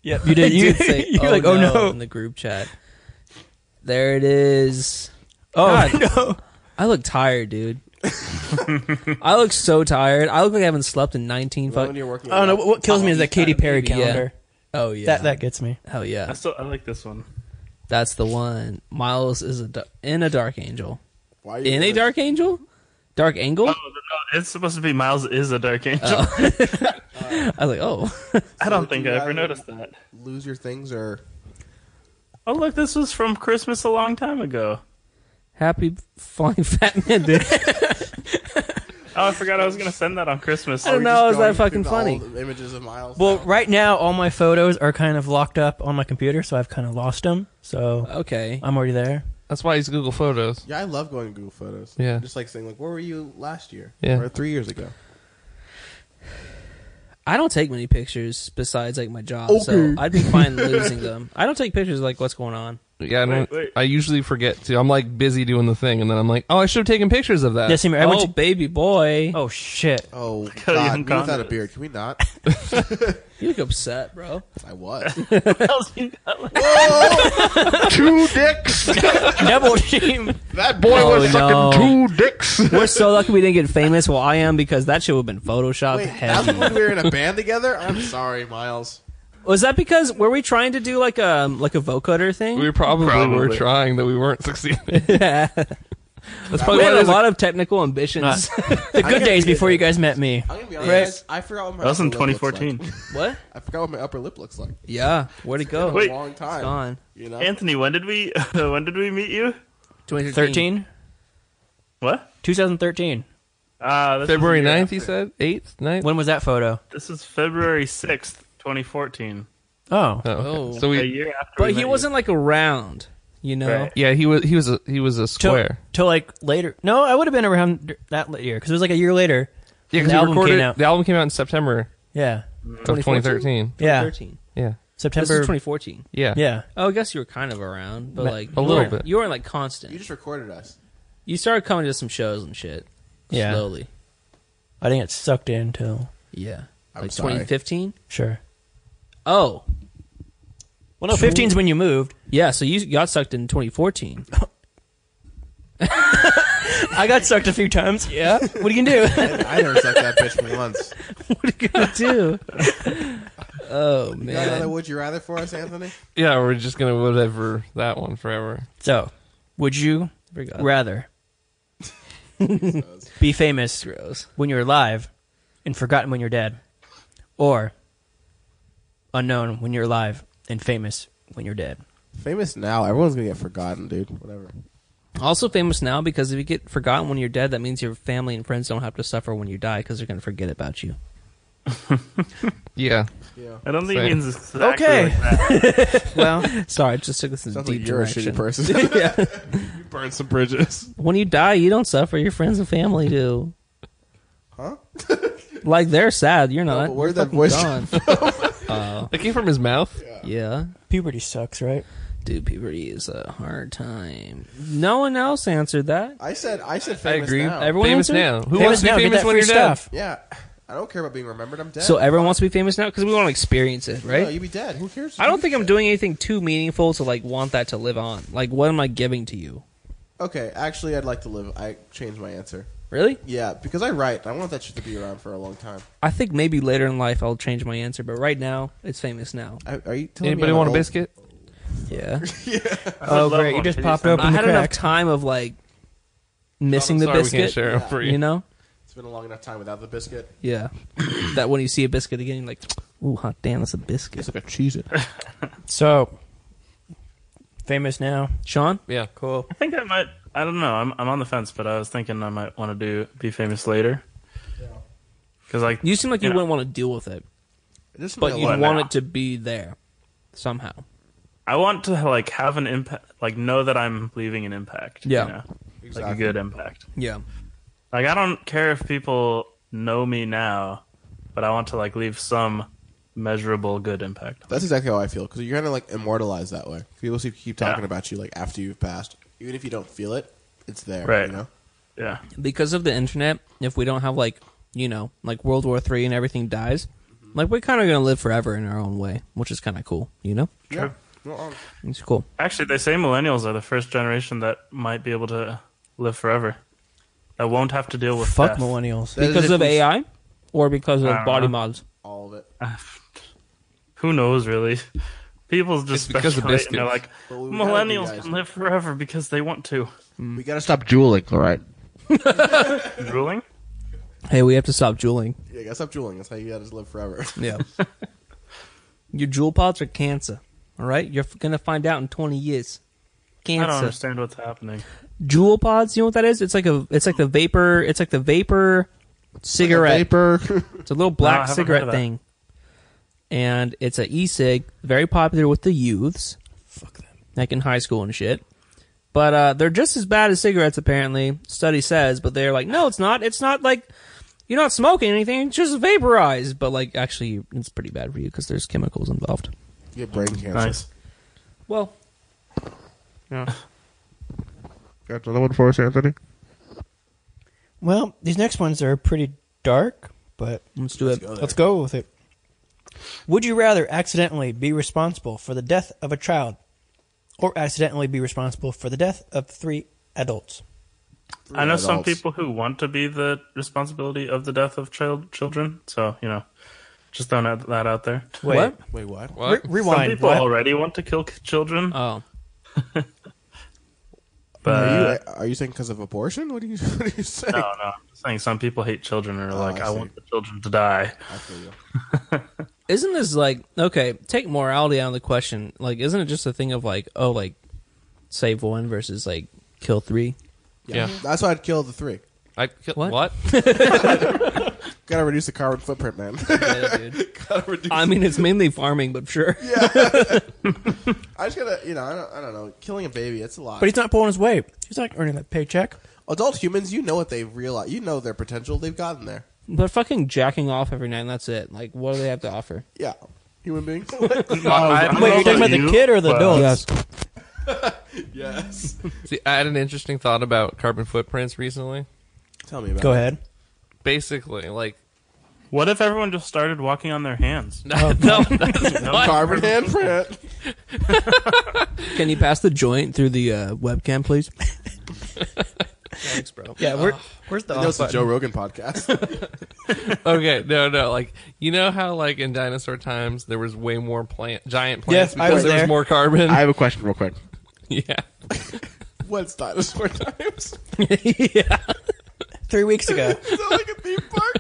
D: yeah, you did.
C: I
D: You,
C: did say,
D: you're
C: oh,
D: like, "Oh
C: no,
D: no."
C: in the group chat. There it is.
D: Oh
C: God.
D: no.
C: I look tired, dude. I look so tired. I look like I haven't slept in 19
A: Not when
C: fucking.
A: you're working.
D: Oh no. What, what kills me is that Katy Perry
C: maybe, yeah.
D: calendar.
C: Oh yeah,
D: That that gets me.
C: hell yeah,
E: I still I like this one.
C: that's the one. Miles is a dar- in a dark angel.
A: Why are you
C: In a
A: doing
C: dark angel, dark angle.
E: Oh, no, it's supposed to be Miles is a dark angel.
C: I was like, oh,
E: I don't think I
A: Would you
E: ever
A: rather-
E: noticed that.
A: this? Lose your things or
E: Oh, look, this was from Christmas a long time ago.
C: happy flying fat man, dude.
E: Oh, I forgot I was going to send that on Christmas.
C: I don't
A: Are we just
C: know, is that
A: going through
C: fucking
A: the-
C: funny?
A: all the Images of Miles.
D: Well, right now all my photos are kind of locked up on my computer, so I've kind of lost them. So
C: okay,
D: I'm already there.
B: That's why he's Google Photos.
A: Yeah, I love going to Google Photos.
B: Yeah.
A: Just like saying, like, where were you last year?
B: Yeah.
A: Or three years ago?
C: I don't take many pictures besides like my job, so
A: Okay.
C: I'd be fine losing them. I don't take pictures of, like what's going on.
B: Yeah, I, don't,
E: Wait, wait.
B: I usually forget to. I'm like busy doing the thing, and then I'm like, oh, I should have taken pictures of that.
D: Yeah, see, I went
C: oh,
D: to-
C: baby boy,
D: oh shit!
A: Oh,
E: you
A: God. Me
E: in
A: without a
E: Congress.
A: beard. Can we not?
C: you look upset, bro.
A: I was.
F: Two dicks.
D: Double team.
F: That boy
C: Oh,
F: was
C: no.
F: sucking two dicks.
C: We're so lucky we didn't get famous. Well, I am because that shit would have been photoshopped.
A: Wait, that
C: heavy.
A: was when we were in a band together? I'm sorry, Miles.
C: Was that because were we trying to do like a like a vocoder thing?
B: we probably, were
E: Probably.
B: trying that we weren't succeeding. That's
C: We
B: probably why
C: had a
B: there's a-
C: lot of technical ambitions.
D: The good days before you guys met me.
A: I'm going to be honest.
C: Right.
A: I forgot what my
E: That was in
A: upper lip looks
E: 2014.
A: like.
C: what?
A: I forgot what my upper lip looks like.
C: Yeah, where'd it go?
A: For
E: Wait.
A: a long time.
C: Oh, gone.
A: You know?
E: Anthony, when did we when did we meet you?
C: 2013.
D: Thirteen.
E: What?
D: 2013.
E: Uh, this was
B: February
E: a year
B: 9th,
E: after.
B: he said? 8th? 9th?
D: When was that photo?
E: This is February 6th, 2014.
D: Oh,
B: Oh, okay.
C: Oh.
B: So
E: A
B: we.
E: year after we
C: But
E: met
C: he
E: you.
C: wasn't like around, you know.
E: Right.
B: Yeah, he was he was a he was a
D: till,
B: square.
D: till like later. No, I would have been around d- that li- year because it was like a year later.
B: Yeah,
D: the
B: because
D: album
B: we recorded
D: came out.
B: the album came out in September
D: Yeah,
B: of 2013.
D: yeah.
C: 13.
B: Yeah,
C: This is
D: September.
C: 2014.
B: yeah,
D: Yeah,
C: Oh, I guess you were kind of around, but
D: Ma-
C: like
B: a
C: you
B: little
C: weren't-
B: bit.
C: You weren't like
A: You
C: constant.
A: just recorded us.
C: You started coming to some shows and shit.
D: Yeah.
C: Slowly.
D: I didn't get sucked in till
C: Yeah.
A: I'm
C: like
A: sorry.
C: 2015.
D: sure.
C: Oh,
D: Well, no, 15's when you moved.
C: yeah. So you got sucked in 2014.
D: I got sucked a few times. Yeah, what do you do?
A: I never sucked that bitch for once.
C: what are you gonna do? oh
A: You got another
C: man.
A: would you rather for us, Anthony?
B: Yeah, We're just gonna whatever that one forever.
D: so, would you
C: Forgot.
D: rather be famous
C: Gross.
D: when you're alive and forgotten when you're dead, or unknown when you're alive and famous when you're dead.
A: Famous now, everyone's gonna get forgotten, dude. Whatever.
C: Also famous now because if you get forgotten when you're dead, that means your family and friends don't have to suffer when you die because they're going to forget about you.
B: Yeah.
E: I don't think
B: Same.
E: it means exactly
D: Okay.
E: like that.
C: Well, sorry, I just took this in a
A: Sounds
C: deep
A: like you're a
C: direction.
A: shitty person. yeah, you burn some bridges.
C: When you die, you don't suffer. Your friends and family do.
A: Huh?
C: like they're sad. You're not.
A: but where'd
C: You're
A: that voice
C: fucking gone.
B: That came from his mouth.
C: yeah.
D: Puberty sucks, right?
C: Dude, puberty is a hard time. No one else answered that.
A: I said, I said
B: I
A: famous
B: agree.
A: now.
C: Everyone
B: Oh, famous
C: answered?
B: now. Who
D: Famous
B: wants to be
D: now, get
B: famous
D: that
B: when
D: free
B: you're dead?
D: stuff.
A: yeah, I don't care about being remembered. I'm dead.
C: So everyone wants to be famous now because we want to experience it,
A: no,
C: right?
A: you'd be dead. Who cares?
C: I don't think I'm doing anything too meaningful to like want that to live on. Like, what am I giving to you?
A: Okay, actually, I'd like to live. I changed my answer.
C: Really?
A: Yeah, because I write. I want that shit to be around for a long time.
C: I think maybe later in life I'll change my answer, but right now it's famous now.
A: I, are you telling me
B: Anybody
A: I'm
B: want a
A: old?
B: biscuit?
C: Yeah,
E: I would
D: Oh,
E: love
D: great. You
E: one.
D: just
E: Can
D: popped
E: send
D: open
C: I
D: the
C: had enough
D: crack.
C: time of like missing
B: I'm
C: the
B: sorry
C: biscuit.
B: We can't share them for you.
C: You know?
A: It's been a long enough time without the biscuit.
C: Yeah. that when you see a biscuit again, you're like, ooh, hot damn, that's a biscuit.
A: like a cheese.
D: So famous now.
C: Sean?
B: Yeah.
C: Cool.
E: I think I might. I don't know. I'm I'm on the fence, but I was thinking I might want to do be famous later. Because like
C: You seem like you
E: Yeah.
C: wouldn't want to deal with it,
A: This
C: but you
E: Why
C: want
E: not?
C: it to be there somehow.
E: I want to like have an impact, like know that I'm leaving an impact.
C: Yeah.
E: you know? like
A: Exactly.
E: a good impact.
C: Yeah.
E: Like I don't care if people know me now, but I want to like leave some measurable good impact.
A: That's exactly how I feel because you're kind of like immortalized that way. People keep keep talking
E: Yeah.
A: about you like after you've passed, even if you don't feel it, it's there.
E: Right.
A: You know.
E: Yeah,
C: Because of the internet, if we don't have like, you know, like World War Three and everything dies, like we're kind of going to live forever in our own way, which is kind of cool, you know?
A: Yeah. No, um,
C: It's cool.
E: actually, they say millennials are the first generation that might be able to live forever. That won't have to deal with
D: Fuck
E: death.
D: millennials.
A: That is
C: Because
A: if
C: of
A: we-
C: AI or because of
E: I don't
C: body
E: know.
C: mods?
A: all of it.
E: Who knows, really? People just
B: It's because of
E: speculate and they're like,
B: biscuits.
A: But we gotta be
E: millennials
A: guys.
E: can live forever because they want to.
A: We gotta stop jeweling. All right.
E: Drooling?
C: Hey, we have to stop juuling.
A: Yeah, you gotta stop jeweling. That's how you gotta live forever.
C: Yeah. Your jewel pods are cancer. All right? You're going to find out in 20 years.
E: I don't
C: Cancer.
E: understand what's happening.
C: Jewel pods, you know what that is? It's like a it's like the vapor, it's like the vapor cigarette.
A: Vapor.
C: It's a little
E: No, I
C: black
E: haven't heard
C: cigarette
E: of that.
C: thing. And it's a e-cig, very popular with the youths. Fuck them. Like in high school and shit. But uh, they're just as bad as cigarettes, apparently. Study says, but they're like, no, it's not. It's not like you're not smoking anything. It's just vaporized. But like, actually, it's pretty bad for you because there's chemicals involved.
A: you get brain cancer.
E: Nice.
C: Well,
F: Got another one for us, Anthony.
D: Well, these next ones are pretty dark, but
C: let's do it.
D: Let's go with it. Would you rather accidentally be responsible for the death of a child or accidentally be responsible for the death of three adults?
E: I know some
A: adults.
E: people who want to be the responsibility of the death of child children, so, you know, just throwing out- that out there.
D: Wait.
C: What?
A: Wait, what?
B: What?
D: Re-
E: Some
D: rewind.
E: people
D: What?
E: already want to kill c- children,
A: Uh,
C: Oh,
E: but.
A: Are you, are you saying because of abortion? What do you What do you say?
E: no, no. I'm just saying some people hate children
D: Oh,
E: and are like,
A: I
E: I,
A: see.
E: want the children to die.
A: I feel you.
C: isn't this like okay? Take morality out of the question. Like, isn't it just a thing of like, oh, like save one versus like kill three?
A: Yeah.
B: Yeah.
A: Mm-hmm. That's why I'd kill the three.
B: I, what?
C: What?
B: what?
A: Gotta reduce the carbon footprint, man.
C: Yeah, dude. I mean, it's mainly farming, but sure.
A: I just gotta, you know, I don't, I don't know. Killing a baby, it's a lot.
D: But he's not pulling his weight. He's not earning that paycheck.
A: Adult humans, you know what they realize. You know their potential. They've gotten there.
C: But fucking jacking off every night, and that's it. Like, what do they have to offer?
A: Yeah. Human beings.
E: I- I don't
D: Oh, Wait,
E: know
D: are you talking about the
E: you,
D: kid or the
E: but-
D: adults?
A: yes.
B: See, I had an interesting thought about carbon footprints recently.
A: Tell me about
D: Go
A: it.
D: ahead.
B: Basically, like
E: What if everyone just started walking on their hands?
B: no, no, that's not-
A: Carbon handprint.
C: Can you pass the joint through the uh, webcam, please?
D: Yeah, where, where's the
A: I know it's the Joe Rogan podcast.
B: okay, no, no. Like you know how like in dinosaur times there was way more plant, giant
D: Yeah,
B: plants
D: I
B: because
D: was
B: there,
D: there.
B: was more carbon.
F: have a question, real quick.
B: yeah,
A: What's dinosaur times?
D: Three weeks ago.
A: Is that like a theme park?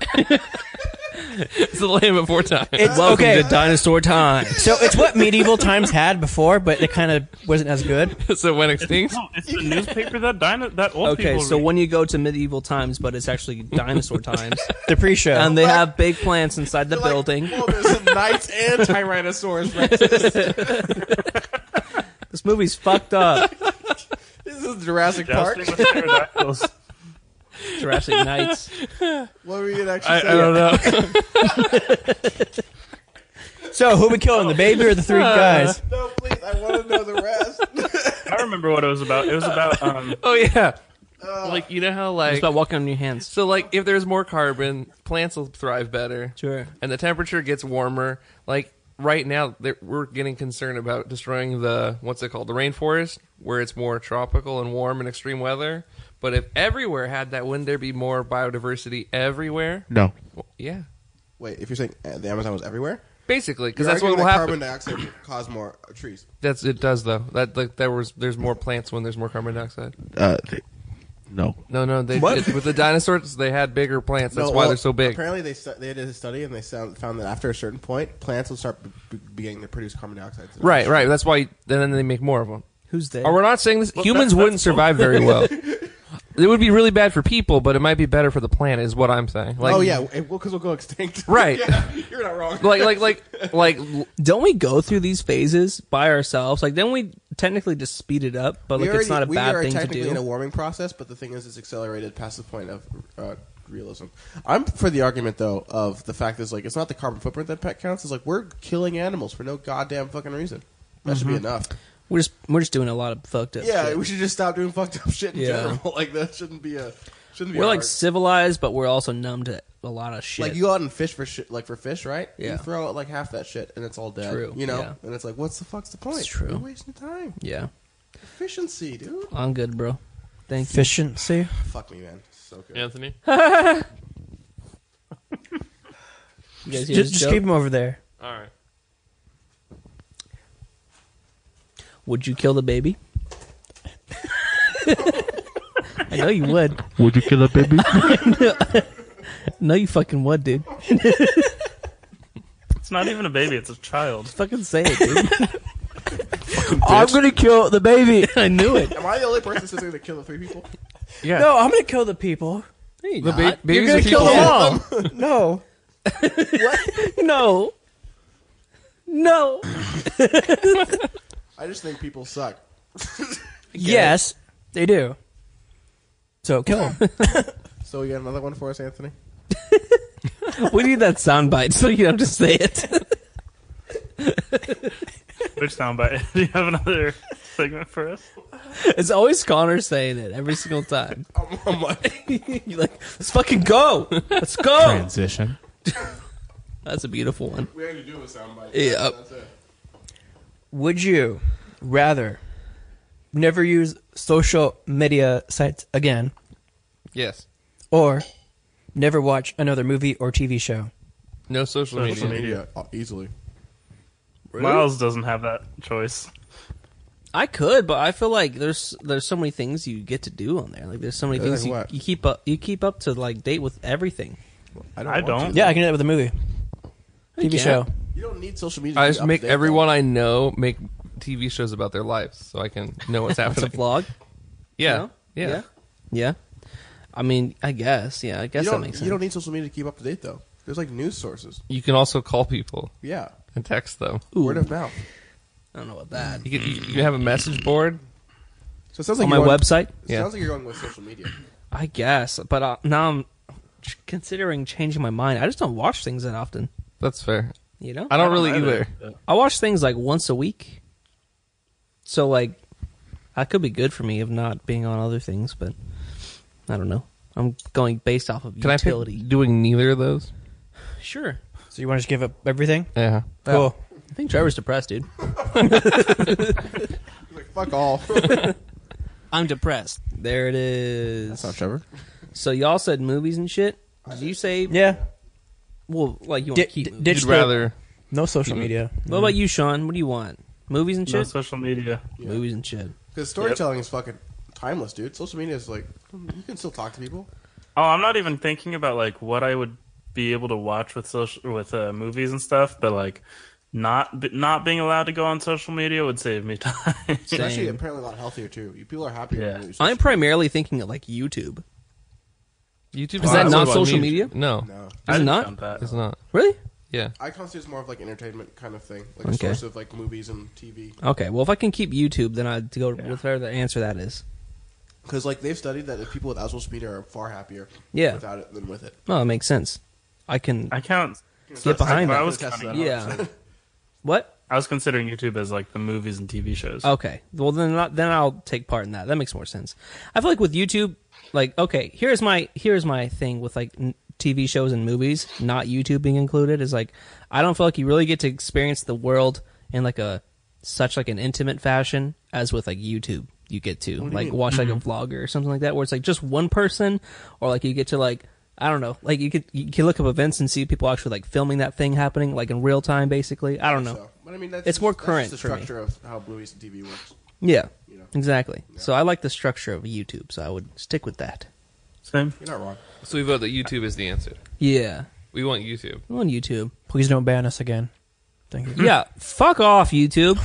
B: Slam it four times.
D: It's
C: Welcome
D: okay.
C: to dinosaur time.
D: so it's what medieval times had before, but it kind of wasn't as good.
B: so it went extinct.
E: No, it's the newspaper that dino- that old
C: Okay,
E: people
C: so
E: read.
C: when you go to medieval times, but it's actually dinosaur times,
D: The pre-show.
C: and they have big plants inside the building.
A: Well, oh, there's a knight and Tyrannosaurus Rex.
C: This movie's fucked up.
A: This is Jurassic Park.
E: Jousting with pterodactyls.
C: Jurassic Nights.
A: What were you gonna actually
E: I, I
A: say?
E: don't know.
D: so who we killing, the baby or the three guys?
A: No, please, I want to know the rest.
E: I remember what it was about. It was about um,
B: Oh yeah. like you know how
C: It's
B: like
C: about walking on your hands.
B: so like if there's more carbon, plants will thrive better.
C: Sure.
B: And the temperature gets warmer. Like right now, there- we're getting concerned about destroying the what's it called, the rainforest, where it's more tropical and warm and extreme weather. But if everywhere had that, wouldn't there be more biodiversity everywhere?
F: No.
B: Well, yeah.
A: Wait, if you're saying uh, the Amazon was everywhere,
B: Basically, because
A: You're
B: that's what
A: arguing
B: will
A: that
B: happen.
A: Carbon dioxide would cause more uh, trees.
B: That's it. Does though that like there was there's more plants when there's more carbon dioxide.
F: Uh, th- no.
B: No, no, they
A: What?
B: it- with the dinosaurs they had bigger plants. That's
A: No,
B: why
A: well,
B: they're so big.
A: Apparently, they stu- they did a study and they sound, found that after a certain point, plants will start b- b- beginning to produce carbon dioxide.
B: Right, right. That's why then they make more of them.
C: Who's there?
B: Or we're not saying this.
E: Well,
B: humans
E: that-
B: wouldn't
E: that's cool.
B: survive very well. it would be really bad for people, but it might be better for the planet. Is what I'm saying. Like,
A: oh yeah, because we'll go extinct.
B: Right.
A: Yeah, you're not wrong.
B: Like, like, like, like.
C: Don't we go through these phases by ourselves? Like, then we technically just speed it up, but like,
A: we already,
C: it's not a
A: we
C: bad
A: are
C: thing to
A: technically in a
C: do.
A: warming process, but the thing is, it's accelerated past the point of uh, realism. I'm for the argument though of the fact that it's like it's not the carbon footprint that pet counts. It's like we're killing animals for no goddamn fucking reason. That should
C: Mm-hmm.
A: be enough.
C: We're just we're just doing a lot of fucked up.
A: Yeah,
C: shit.
A: we should just stop doing fucked up shit in
C: Yeah.
A: general. Like that shouldn't be a shouldn't be.
C: we're
A: a
C: like
A: hard-
C: civilized, but we're also numb to a lot of shit.
A: like you go out and fish for shit like for fish, right?
C: Yeah.
A: You throw out like half that shit and it's all dead.
C: True,
A: You know,
C: yeah.
A: and it's like, what's the fuck's the point?
C: It's true.
A: You're wasting time.
C: yeah,
A: Efficiency, dude.
C: I'm good, bro. Thank you.
D: Efficiency.
A: Fuck me, man. So good.
B: Anthony,
C: You guys hear
D: Just,
C: this
D: just
C: joke?
D: keep him over there.
B: all right.
C: Would you kill the baby? I know you would.
F: Would you kill a baby?
C: No, you fucking would, dude.
E: it's not even a baby; it's a child.
C: Fucking say it, dude.
D: I'm gonna kill the baby.
C: I knew it.
A: Am I the only person that's going to kill the three people?
E: Yeah,
D: No, I'm gonna kill the people.
B: The ba- babies
D: You're
B: are
D: gonna kill
B: people.
D: them all. no.
C: No. No.
A: I just think people suck.
D: Yes, they do. So kill him.
A: So we got another one for us, Anthony.
C: We need that soundbite so you don't have to say it.
E: which soundbite? Do you have another segment for us?
C: It's always Connor saying it every single time.
A: I'm, I'm like,
C: You're like, let's fucking go. Let's go.
G: Transition.
C: That's a beautiful one.
A: we already do a soundbite.
C: Yeah.
A: That's it.
D: Would you rather never use social media sites again,
B: Yes.
D: or never watch another movie or TV show?
B: No social
E: Social
B: media.
E: media.
A: Media, uh, easily.
E: Miles doesn't have that choice.
C: I could, but I feel like there's there's so many things you get to do on there. Like there's so many
A: Like
C: things you,
A: what?
C: you keep up you keep up to like date with everything.
A: I
E: I
A: want
E: don't.
A: to.
D: Yeah, I can do that with a movie, TV
C: Yeah.
D: show.
A: You don't need social media. to
B: I
A: be
B: just make
A: up-to-date,
B: everyone I know make TV shows about their lives, so I can know what's
C: It's a
B: happening.
C: vlog.
B: yeah.
C: No?
B: yeah,
C: yeah, yeah. I mean, I guess. Yeah, I
A: though.
C: guess
A: You
C: that
A: don't,
C: makes
A: you
C: sense.
A: don't need social media to keep up to date though. There's like news sources.
B: You can also call people
A: Yeah.
B: and text them.
A: Word of mouth.
C: I don't know about that.
B: You can, you, you have a message board.
A: So it sounds like
C: on my
A: you're going-
C: website,
A: It
B: Yeah.
A: sounds like you're going with social media.
C: I guess. But uh, now I'm ch- considering changing my mind. I just don't watch things that often.
B: That's fair.
C: You know,
B: I don't really
E: either.
B: either.
C: I watch things like once a week. So like, that could be good for me of not being on other things. But I don't know. I'm going based off of
B: Can I
C: utility.
B: pick doing neither of those?
C: Sure.
D: So you want to just give up everything?
B: Yeah.
D: Cool.
C: I think Trevor's depressed, dude.
A: Like, fuck all.
C: I'm depressed. There it is.
A: Trevor.
C: So y'all said movies and shit. Did you say
D: Yeah.
C: well? Like you want
D: Di-
C: to keep?
D: di- Mm.
C: movies.
D: ditch
B: You'd
D: the-
B: rather.
D: No social media.
C: what about you, Sean? What do you want? Movies and
E: No
C: shit.
E: social media.
C: Movies and shit.
A: Because storytelling is fucking timeless, dude. Social media is like you can still talk to people.
E: Oh, I'm not even thinking about like what I would be able to watch with social with uh, movies and stuff, but like not b- not being allowed to go on social media would save me time.
A: It's actually
C: Same.
A: apparently a lot healthier too. You people are happier.
E: Yeah.
A: when you use
C: I'm
A: social-
C: primarily thinking of like YouTube.
B: YouTube
C: Is that not social media?
B: No,
A: no.
C: Is it
E: just
C: not?
E: found that.
B: it's not.
C: Really?
B: Yeah,
A: I consider it more of like entertainment kind of thing, like
C: Okay.
A: a source of like movies and TV.
C: Okay. Well, if I can keep YouTube, then I'd go with whatever the answer that is.
A: Because like they've studied that if people without social media are far happier,
C: Yeah.
A: without it than with it.
C: Oh, it makes sense. I can.
E: I count.
C: Get behind
E: I,
C: that.
E: was
A: Test
E: counting-
A: that out.
C: yeah. what?
E: I was considering YouTube as like the movies and TV shows.
B: Oh.
C: Okay. Well, then not, then I'll take part in that. That makes more sense. I feel like with YouTube, like okay, here's my here's my thing with like n- TV shows and movies, not YouTube being included, is like I don't feel like you really get to experience the world in like a such like an intimate fashion as with like YouTube. You get to like watch like a vlogger or something like that, where it's like just one person, or like you get to like I don't know, like you could you can look up events and see people actually like filming that thing happening like in real time, basically. I don't know.
A: So, but I mean, that's
C: It's more
A: that's
C: current
A: the
C: for me.
A: structure of how movies and TV works.
C: Yeah,
A: You know.
C: exactly. So I like the structure of YouTube, so I would stick with that.
E: Same.
A: You're not wrong.
B: so we vote that YouTube is the answer.
C: Yeah,
B: We want YouTube.
C: I'm on YouTube.
D: Please don't ban us again. Thank you.
C: yeah, fuck off, YouTube.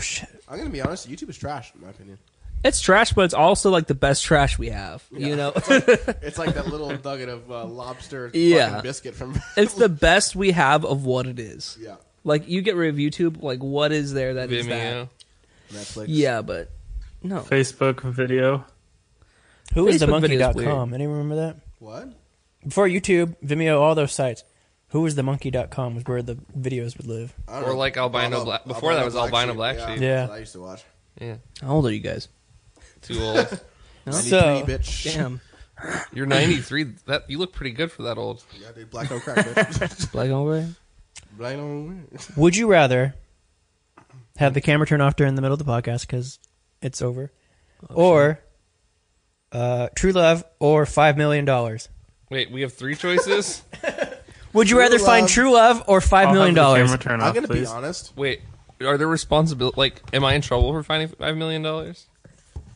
A: I'm gonna be honest. YouTube is trash, in my opinion.
C: It's trash, but it's also like the best trash we have. You know,
A: It's like that little nugget of uh, lobster
C: Yeah.
A: fucking biscuit from.
C: it's the best we have of what it is.
A: yeah,
C: Like you get rid of YouTube, like what is there that is that?
B: Vimeo.
A: Netflix.
C: Yeah, but no.
E: Facebook video.
D: Who is the
C: Facebook video's weird.
D: monkey.com? Anyone remember that?
A: What?
D: Before YouTube, Vimeo, all those sites, who was the monkey.com was where the videos would live.
A: I don't
B: Or like albino
A: Albino-
B: black- before that was albino black sheep.
D: Yeah.
A: I used to watch.
B: Yeah,
C: How old are you guys?
B: too old.
D: So-
A: 93, bitch.
C: Damn,
B: You're 93. That you look pretty good for that old.
A: Yeah, dude, black on crack, bitch.
C: black on red.
A: black on.
D: Would you rather have the camera turn off during the middle of the podcast because it's over, or uh, True Love, or Five Million Dollars?
B: Wait, we have three choices.
D: Would you rather find
A: Love.
D: True Love or Five
E: I'll
D: Million
E: have the
D: Dollars?
E: camera turn
A: I'm
E: off,
A: gonna be
E: please.
A: honest.
B: Wait, are there responsibility? Like, am I in trouble for finding five million dollars?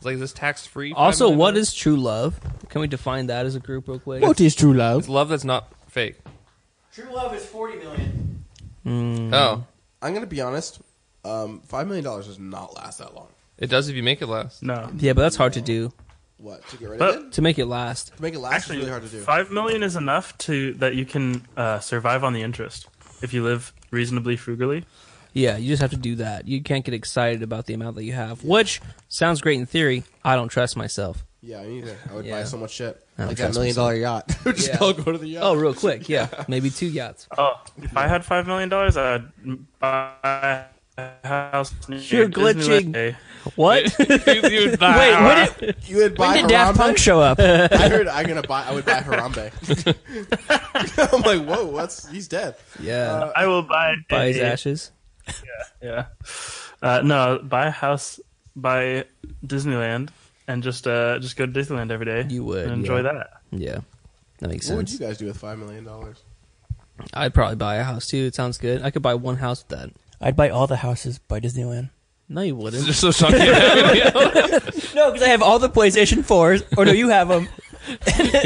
B: Like, is this tax free?
C: Also, what is true love? Can we define that as a group real quick?
F: is true
B: It's
F: love?
B: love that's not fake?
D: True Love is forty million.
C: Mm.
B: Oh,
A: I'm gonna be honest. Um, Five million dollars does not last that long.
B: it does if you make it last.
E: No.
C: Yeah, but that's hard to do
A: What to get rid
E: But-
A: of it?
C: to make it last.
A: To make it last is
E: Actually,
A: really hard to do.
E: five million is enough to that you can uh, survive on the interest if you live reasonably frugally.
C: Yeah, you just have to do that. You can't get excited about the amount that you have, which sounds great in theory. I don't trust myself.
A: Yeah, me either. I would
C: Yeah.
A: buy so much shit.
C: don't
A: Like that
C: trust
A: million dollar yacht. Just
C: Yeah.
A: all go to the yacht.
C: Oh, real quick, yeah, maybe two yachts.
E: Oh, if I had five million dollars, I'd buy a house. near
D: You're glitching.
E: Disneyland.
D: What? Wait,
B: Wait,
D: when did,
A: You would buy
D: when did Daft Punk
A: Harambe.
D: show up?
A: I heard I'm gonna buy. I would buy Harambe. I'm like, whoa, what's he's dead.
C: Yeah,
A: Uh,
E: I will buy.
C: buy
E: a-
C: his ashes.
E: Yeah. Uh, no, buy a house by Disneyland and just uh, just go to Disneyland every day.
C: You would,
E: and enjoy
C: yeah.
E: that.
C: Yeah, that makes
A: What would you
C: sense.
A: guys do with five million dollars?
C: I'd probably buy a house too. It sounds good. I could buy one house with that.
D: I'd buy all the houses by Disneyland.
C: No, you wouldn't.
B: Just so shocking.
D: No, because I have all the PlayStation 4s. Or no, you have them.
C: you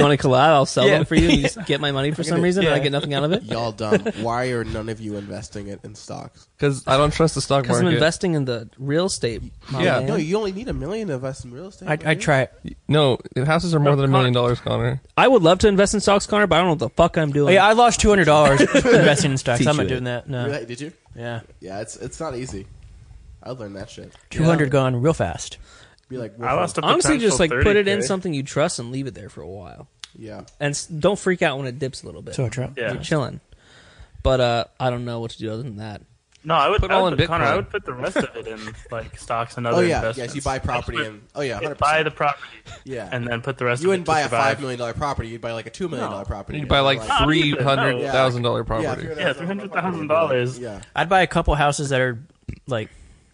C: want to collab? I'll sell
D: Yeah.
C: them for you. And you just get my money for some reason, and I
D: yeah.
C: get nothing out of it.
A: Y'all dumb. Why are none of you investing it in stocks?
B: Because I don't trust the stock
C: Because I'm
B: market.
C: investing in the real estate. my
B: Yeah.
C: man.
A: No, you only need a million to invest in real estate.
D: I'd, I'd try it.
B: no, houses are more than a million dollars, Connor.
C: I would love to invest in stocks, Connor, but I don't know what the fuck I'm
D: Oh,
C: doing.
D: yeah, I lost two hundred dollars investing in stocks.
C: Teach
D: I'm not
C: you
D: doing
C: it.
D: that. No,
A: Really? Did you?
D: yeah,
A: Yeah, it's it's not easy. I learned that shit.
D: two hundred gone real fast.
A: Be like,
E: I lost a
C: Honestly,
E: potential
C: just like put it in
E: 30K.
C: something you trust and leave it there for a while.
A: yeah.
C: and s- don't freak out when it dips a little bit.
D: So Trump.
E: Yeah.
C: You're chilling. But uh, I would know what to do other than that.
E: No, I would
B: Put
E: I
B: all
E: would
B: in
E: put- Connor,
B: Bitcoin.
E: I would put the rest of it in like stocks and other
A: Oh yeah,
E: investments.
A: yes. You buy property and oh yeah,
E: You'd
A: hundred
E: buy
A: percent.
E: the property,
A: Yeah.
E: and then put the rest.
A: You
E: of
A: wouldn't
E: it to
A: buy a
E: survive.
A: five million dollar property. You'd buy like a two million dollar property.
B: You buy like
A: Yeah,
B: three hundred thousand dollar
A: yeah,
B: property.
E: Yeah, $300,000.
A: Yeah,
D: I'd buy a couple houses that are like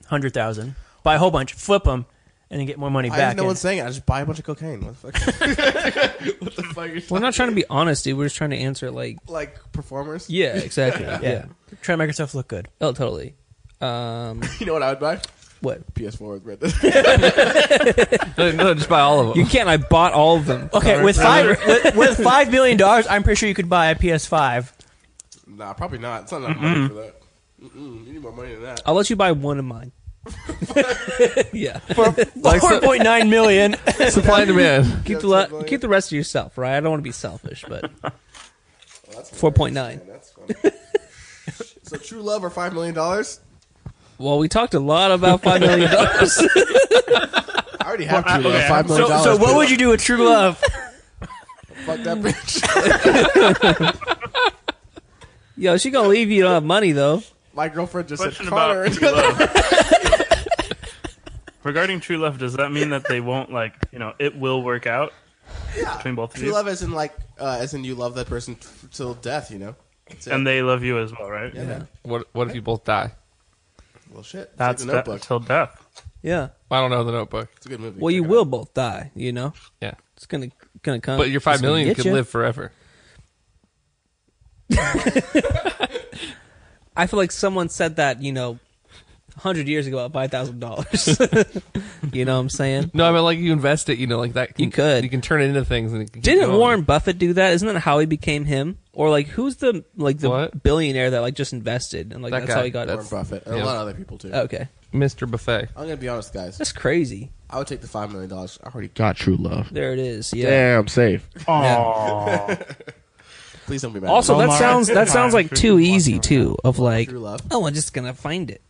D: hundred thousand. Buy a whole bunch, flip them, and then get more money
A: I
D: back.
A: have no
D: and-
A: one's saying it. I just buy a bunch of cocaine. What the fuck? what the fuck? Is
C: We're not trying to be honest, dude. We're just trying to answer like,
A: like performers?
C: yeah, exactly. yeah.
D: yeah, trying to make yourself look good.
C: Oh, totally. Um,
A: You know what I would buy?
C: what?
A: PS4 with red.
B: No, no, just buy all of them.
C: You can't. I bought all of them.
D: Okay,
C: Connor.
D: with five with, with five million dollars, I'm pretty sure you could buy a PS5
A: Nah, probably not. It's not enough money for that. Mm-mm, you need more money than that.
C: I'll let you buy one of mine. yeah.
B: Like,
D: Four
B: su-
D: point nine million.
B: supply and demand.
C: Keep the
A: That's
C: le-
A: a
C: keep the rest to yourself, right? I don't want to be selfish, but
A: Well, that's
C: Four point
A: hilarious,
C: nine.
A: man. That's funny. so true love or five million dollars?
C: well, we talked a lot about five million dollars.
A: I already have true
E: I-
A: love.
E: okay.
A: Five million
D: So,
A: dollars.
D: so what would you do with true love?
A: fuck that bitch?
C: Yo, she gonna leave you. you Don't have money though.
A: My girlfriend just said
E: Question
A: Connor.
E: about true love. Regarding true love, does that mean that they won't like you know it will work out between both of
A: True
E: you,
A: love, as in like, uh, as in you love that person t- till death. You know. That's it.
E: and they love you as well, right?
A: yeah, man.
B: What, what if you both die?
A: Well, shit. It's
E: That's
A: like the notebook.
E: till death.
C: Yeah.
B: I don't know the notebook.
A: it's a good movie.
C: Well, you
A: Check it out.
C: will both die. You know,
B: Yeah.
C: it's gonna gonna come.
B: But your
C: it's
B: five
C: Uh, gonna
B: million
C: get
B: could
C: you.
B: live forever.
C: I feel like someone said that. You know, hundred years ago, about five thousand dollars. you know what I'm saying?
B: No, I mean like you invest it, you know, like that. Can,
C: You could.
B: You can turn it into things. And it can keep
C: Didn't
B: going.
C: Warren Buffett do that? Isn't that how he became him? Or like, who's the like the
B: What?
C: billionaire that like just invested and like
B: That
C: that's
B: guy.
C: how he got?
B: That's-
C: it?
A: Warren Buffett and a
B: Yeah.
A: lot of other people too.
C: Okay,
B: Mr. Buffet? Eh,
A: I'm gonna be honest, guys.
C: that's crazy.
A: I would take the five million dollars. I already.
F: Got true love.
C: There it is. Yeah.
F: Damn, safe.
E: Aww.
A: Please don't be mad.
C: Also,
A: at
C: that
E: Omar.
C: sounds that
E: Good
C: sounds
E: time
C: like
E: for
C: too
E: walking
C: easy
E: around.
C: too. Of
A: me.
C: like,
A: true love.
C: oh, I'm just gonna find it,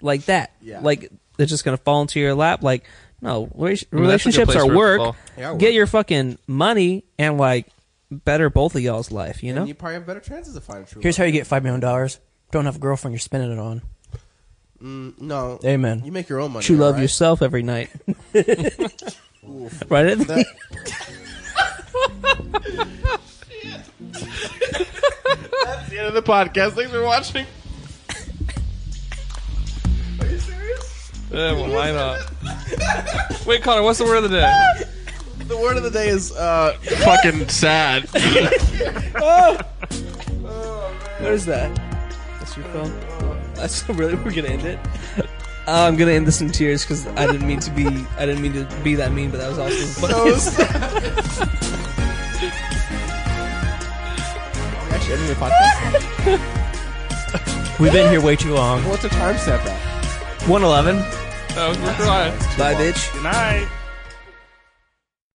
C: like that.
A: Yeah.
C: Like it's just gonna fall into your lap. Like no,
B: I mean,
C: re-
B: that's a good
C: relationships
B: place for
C: are
B: it to
C: work.
B: fall.
A: Yeah, work.
C: Get your fucking money and like better both of y'all's life. You know.
A: And you probably have better chances of finding true
D: Here's
A: love.
D: how you get five million dollars. Don't have a girlfriend you're spending it on.
A: Mm, no.
D: Amen.
A: You make your own money.
C: True love
A: alright?
C: yourself every night. right?
A: That- That's the end of the podcast. Thanks for watching. Are you serious?
B: Yeah, well, why not? Wait, Connor, what's the word of the day?
A: The word of the day is uh,
F: Fucking sad.
C: What is that? That's your phone. That's really we're gonna end it. Uh, I'm gonna end this in tears because I didn't mean to be I didn't mean to be that mean, but that was also funny.
A: actually ending the podcast.
D: We've been here way too long.
A: What's a timestamp at?
D: One eleven.
B: Oh, we're crying.
C: Bye, bitch.
E: Good night.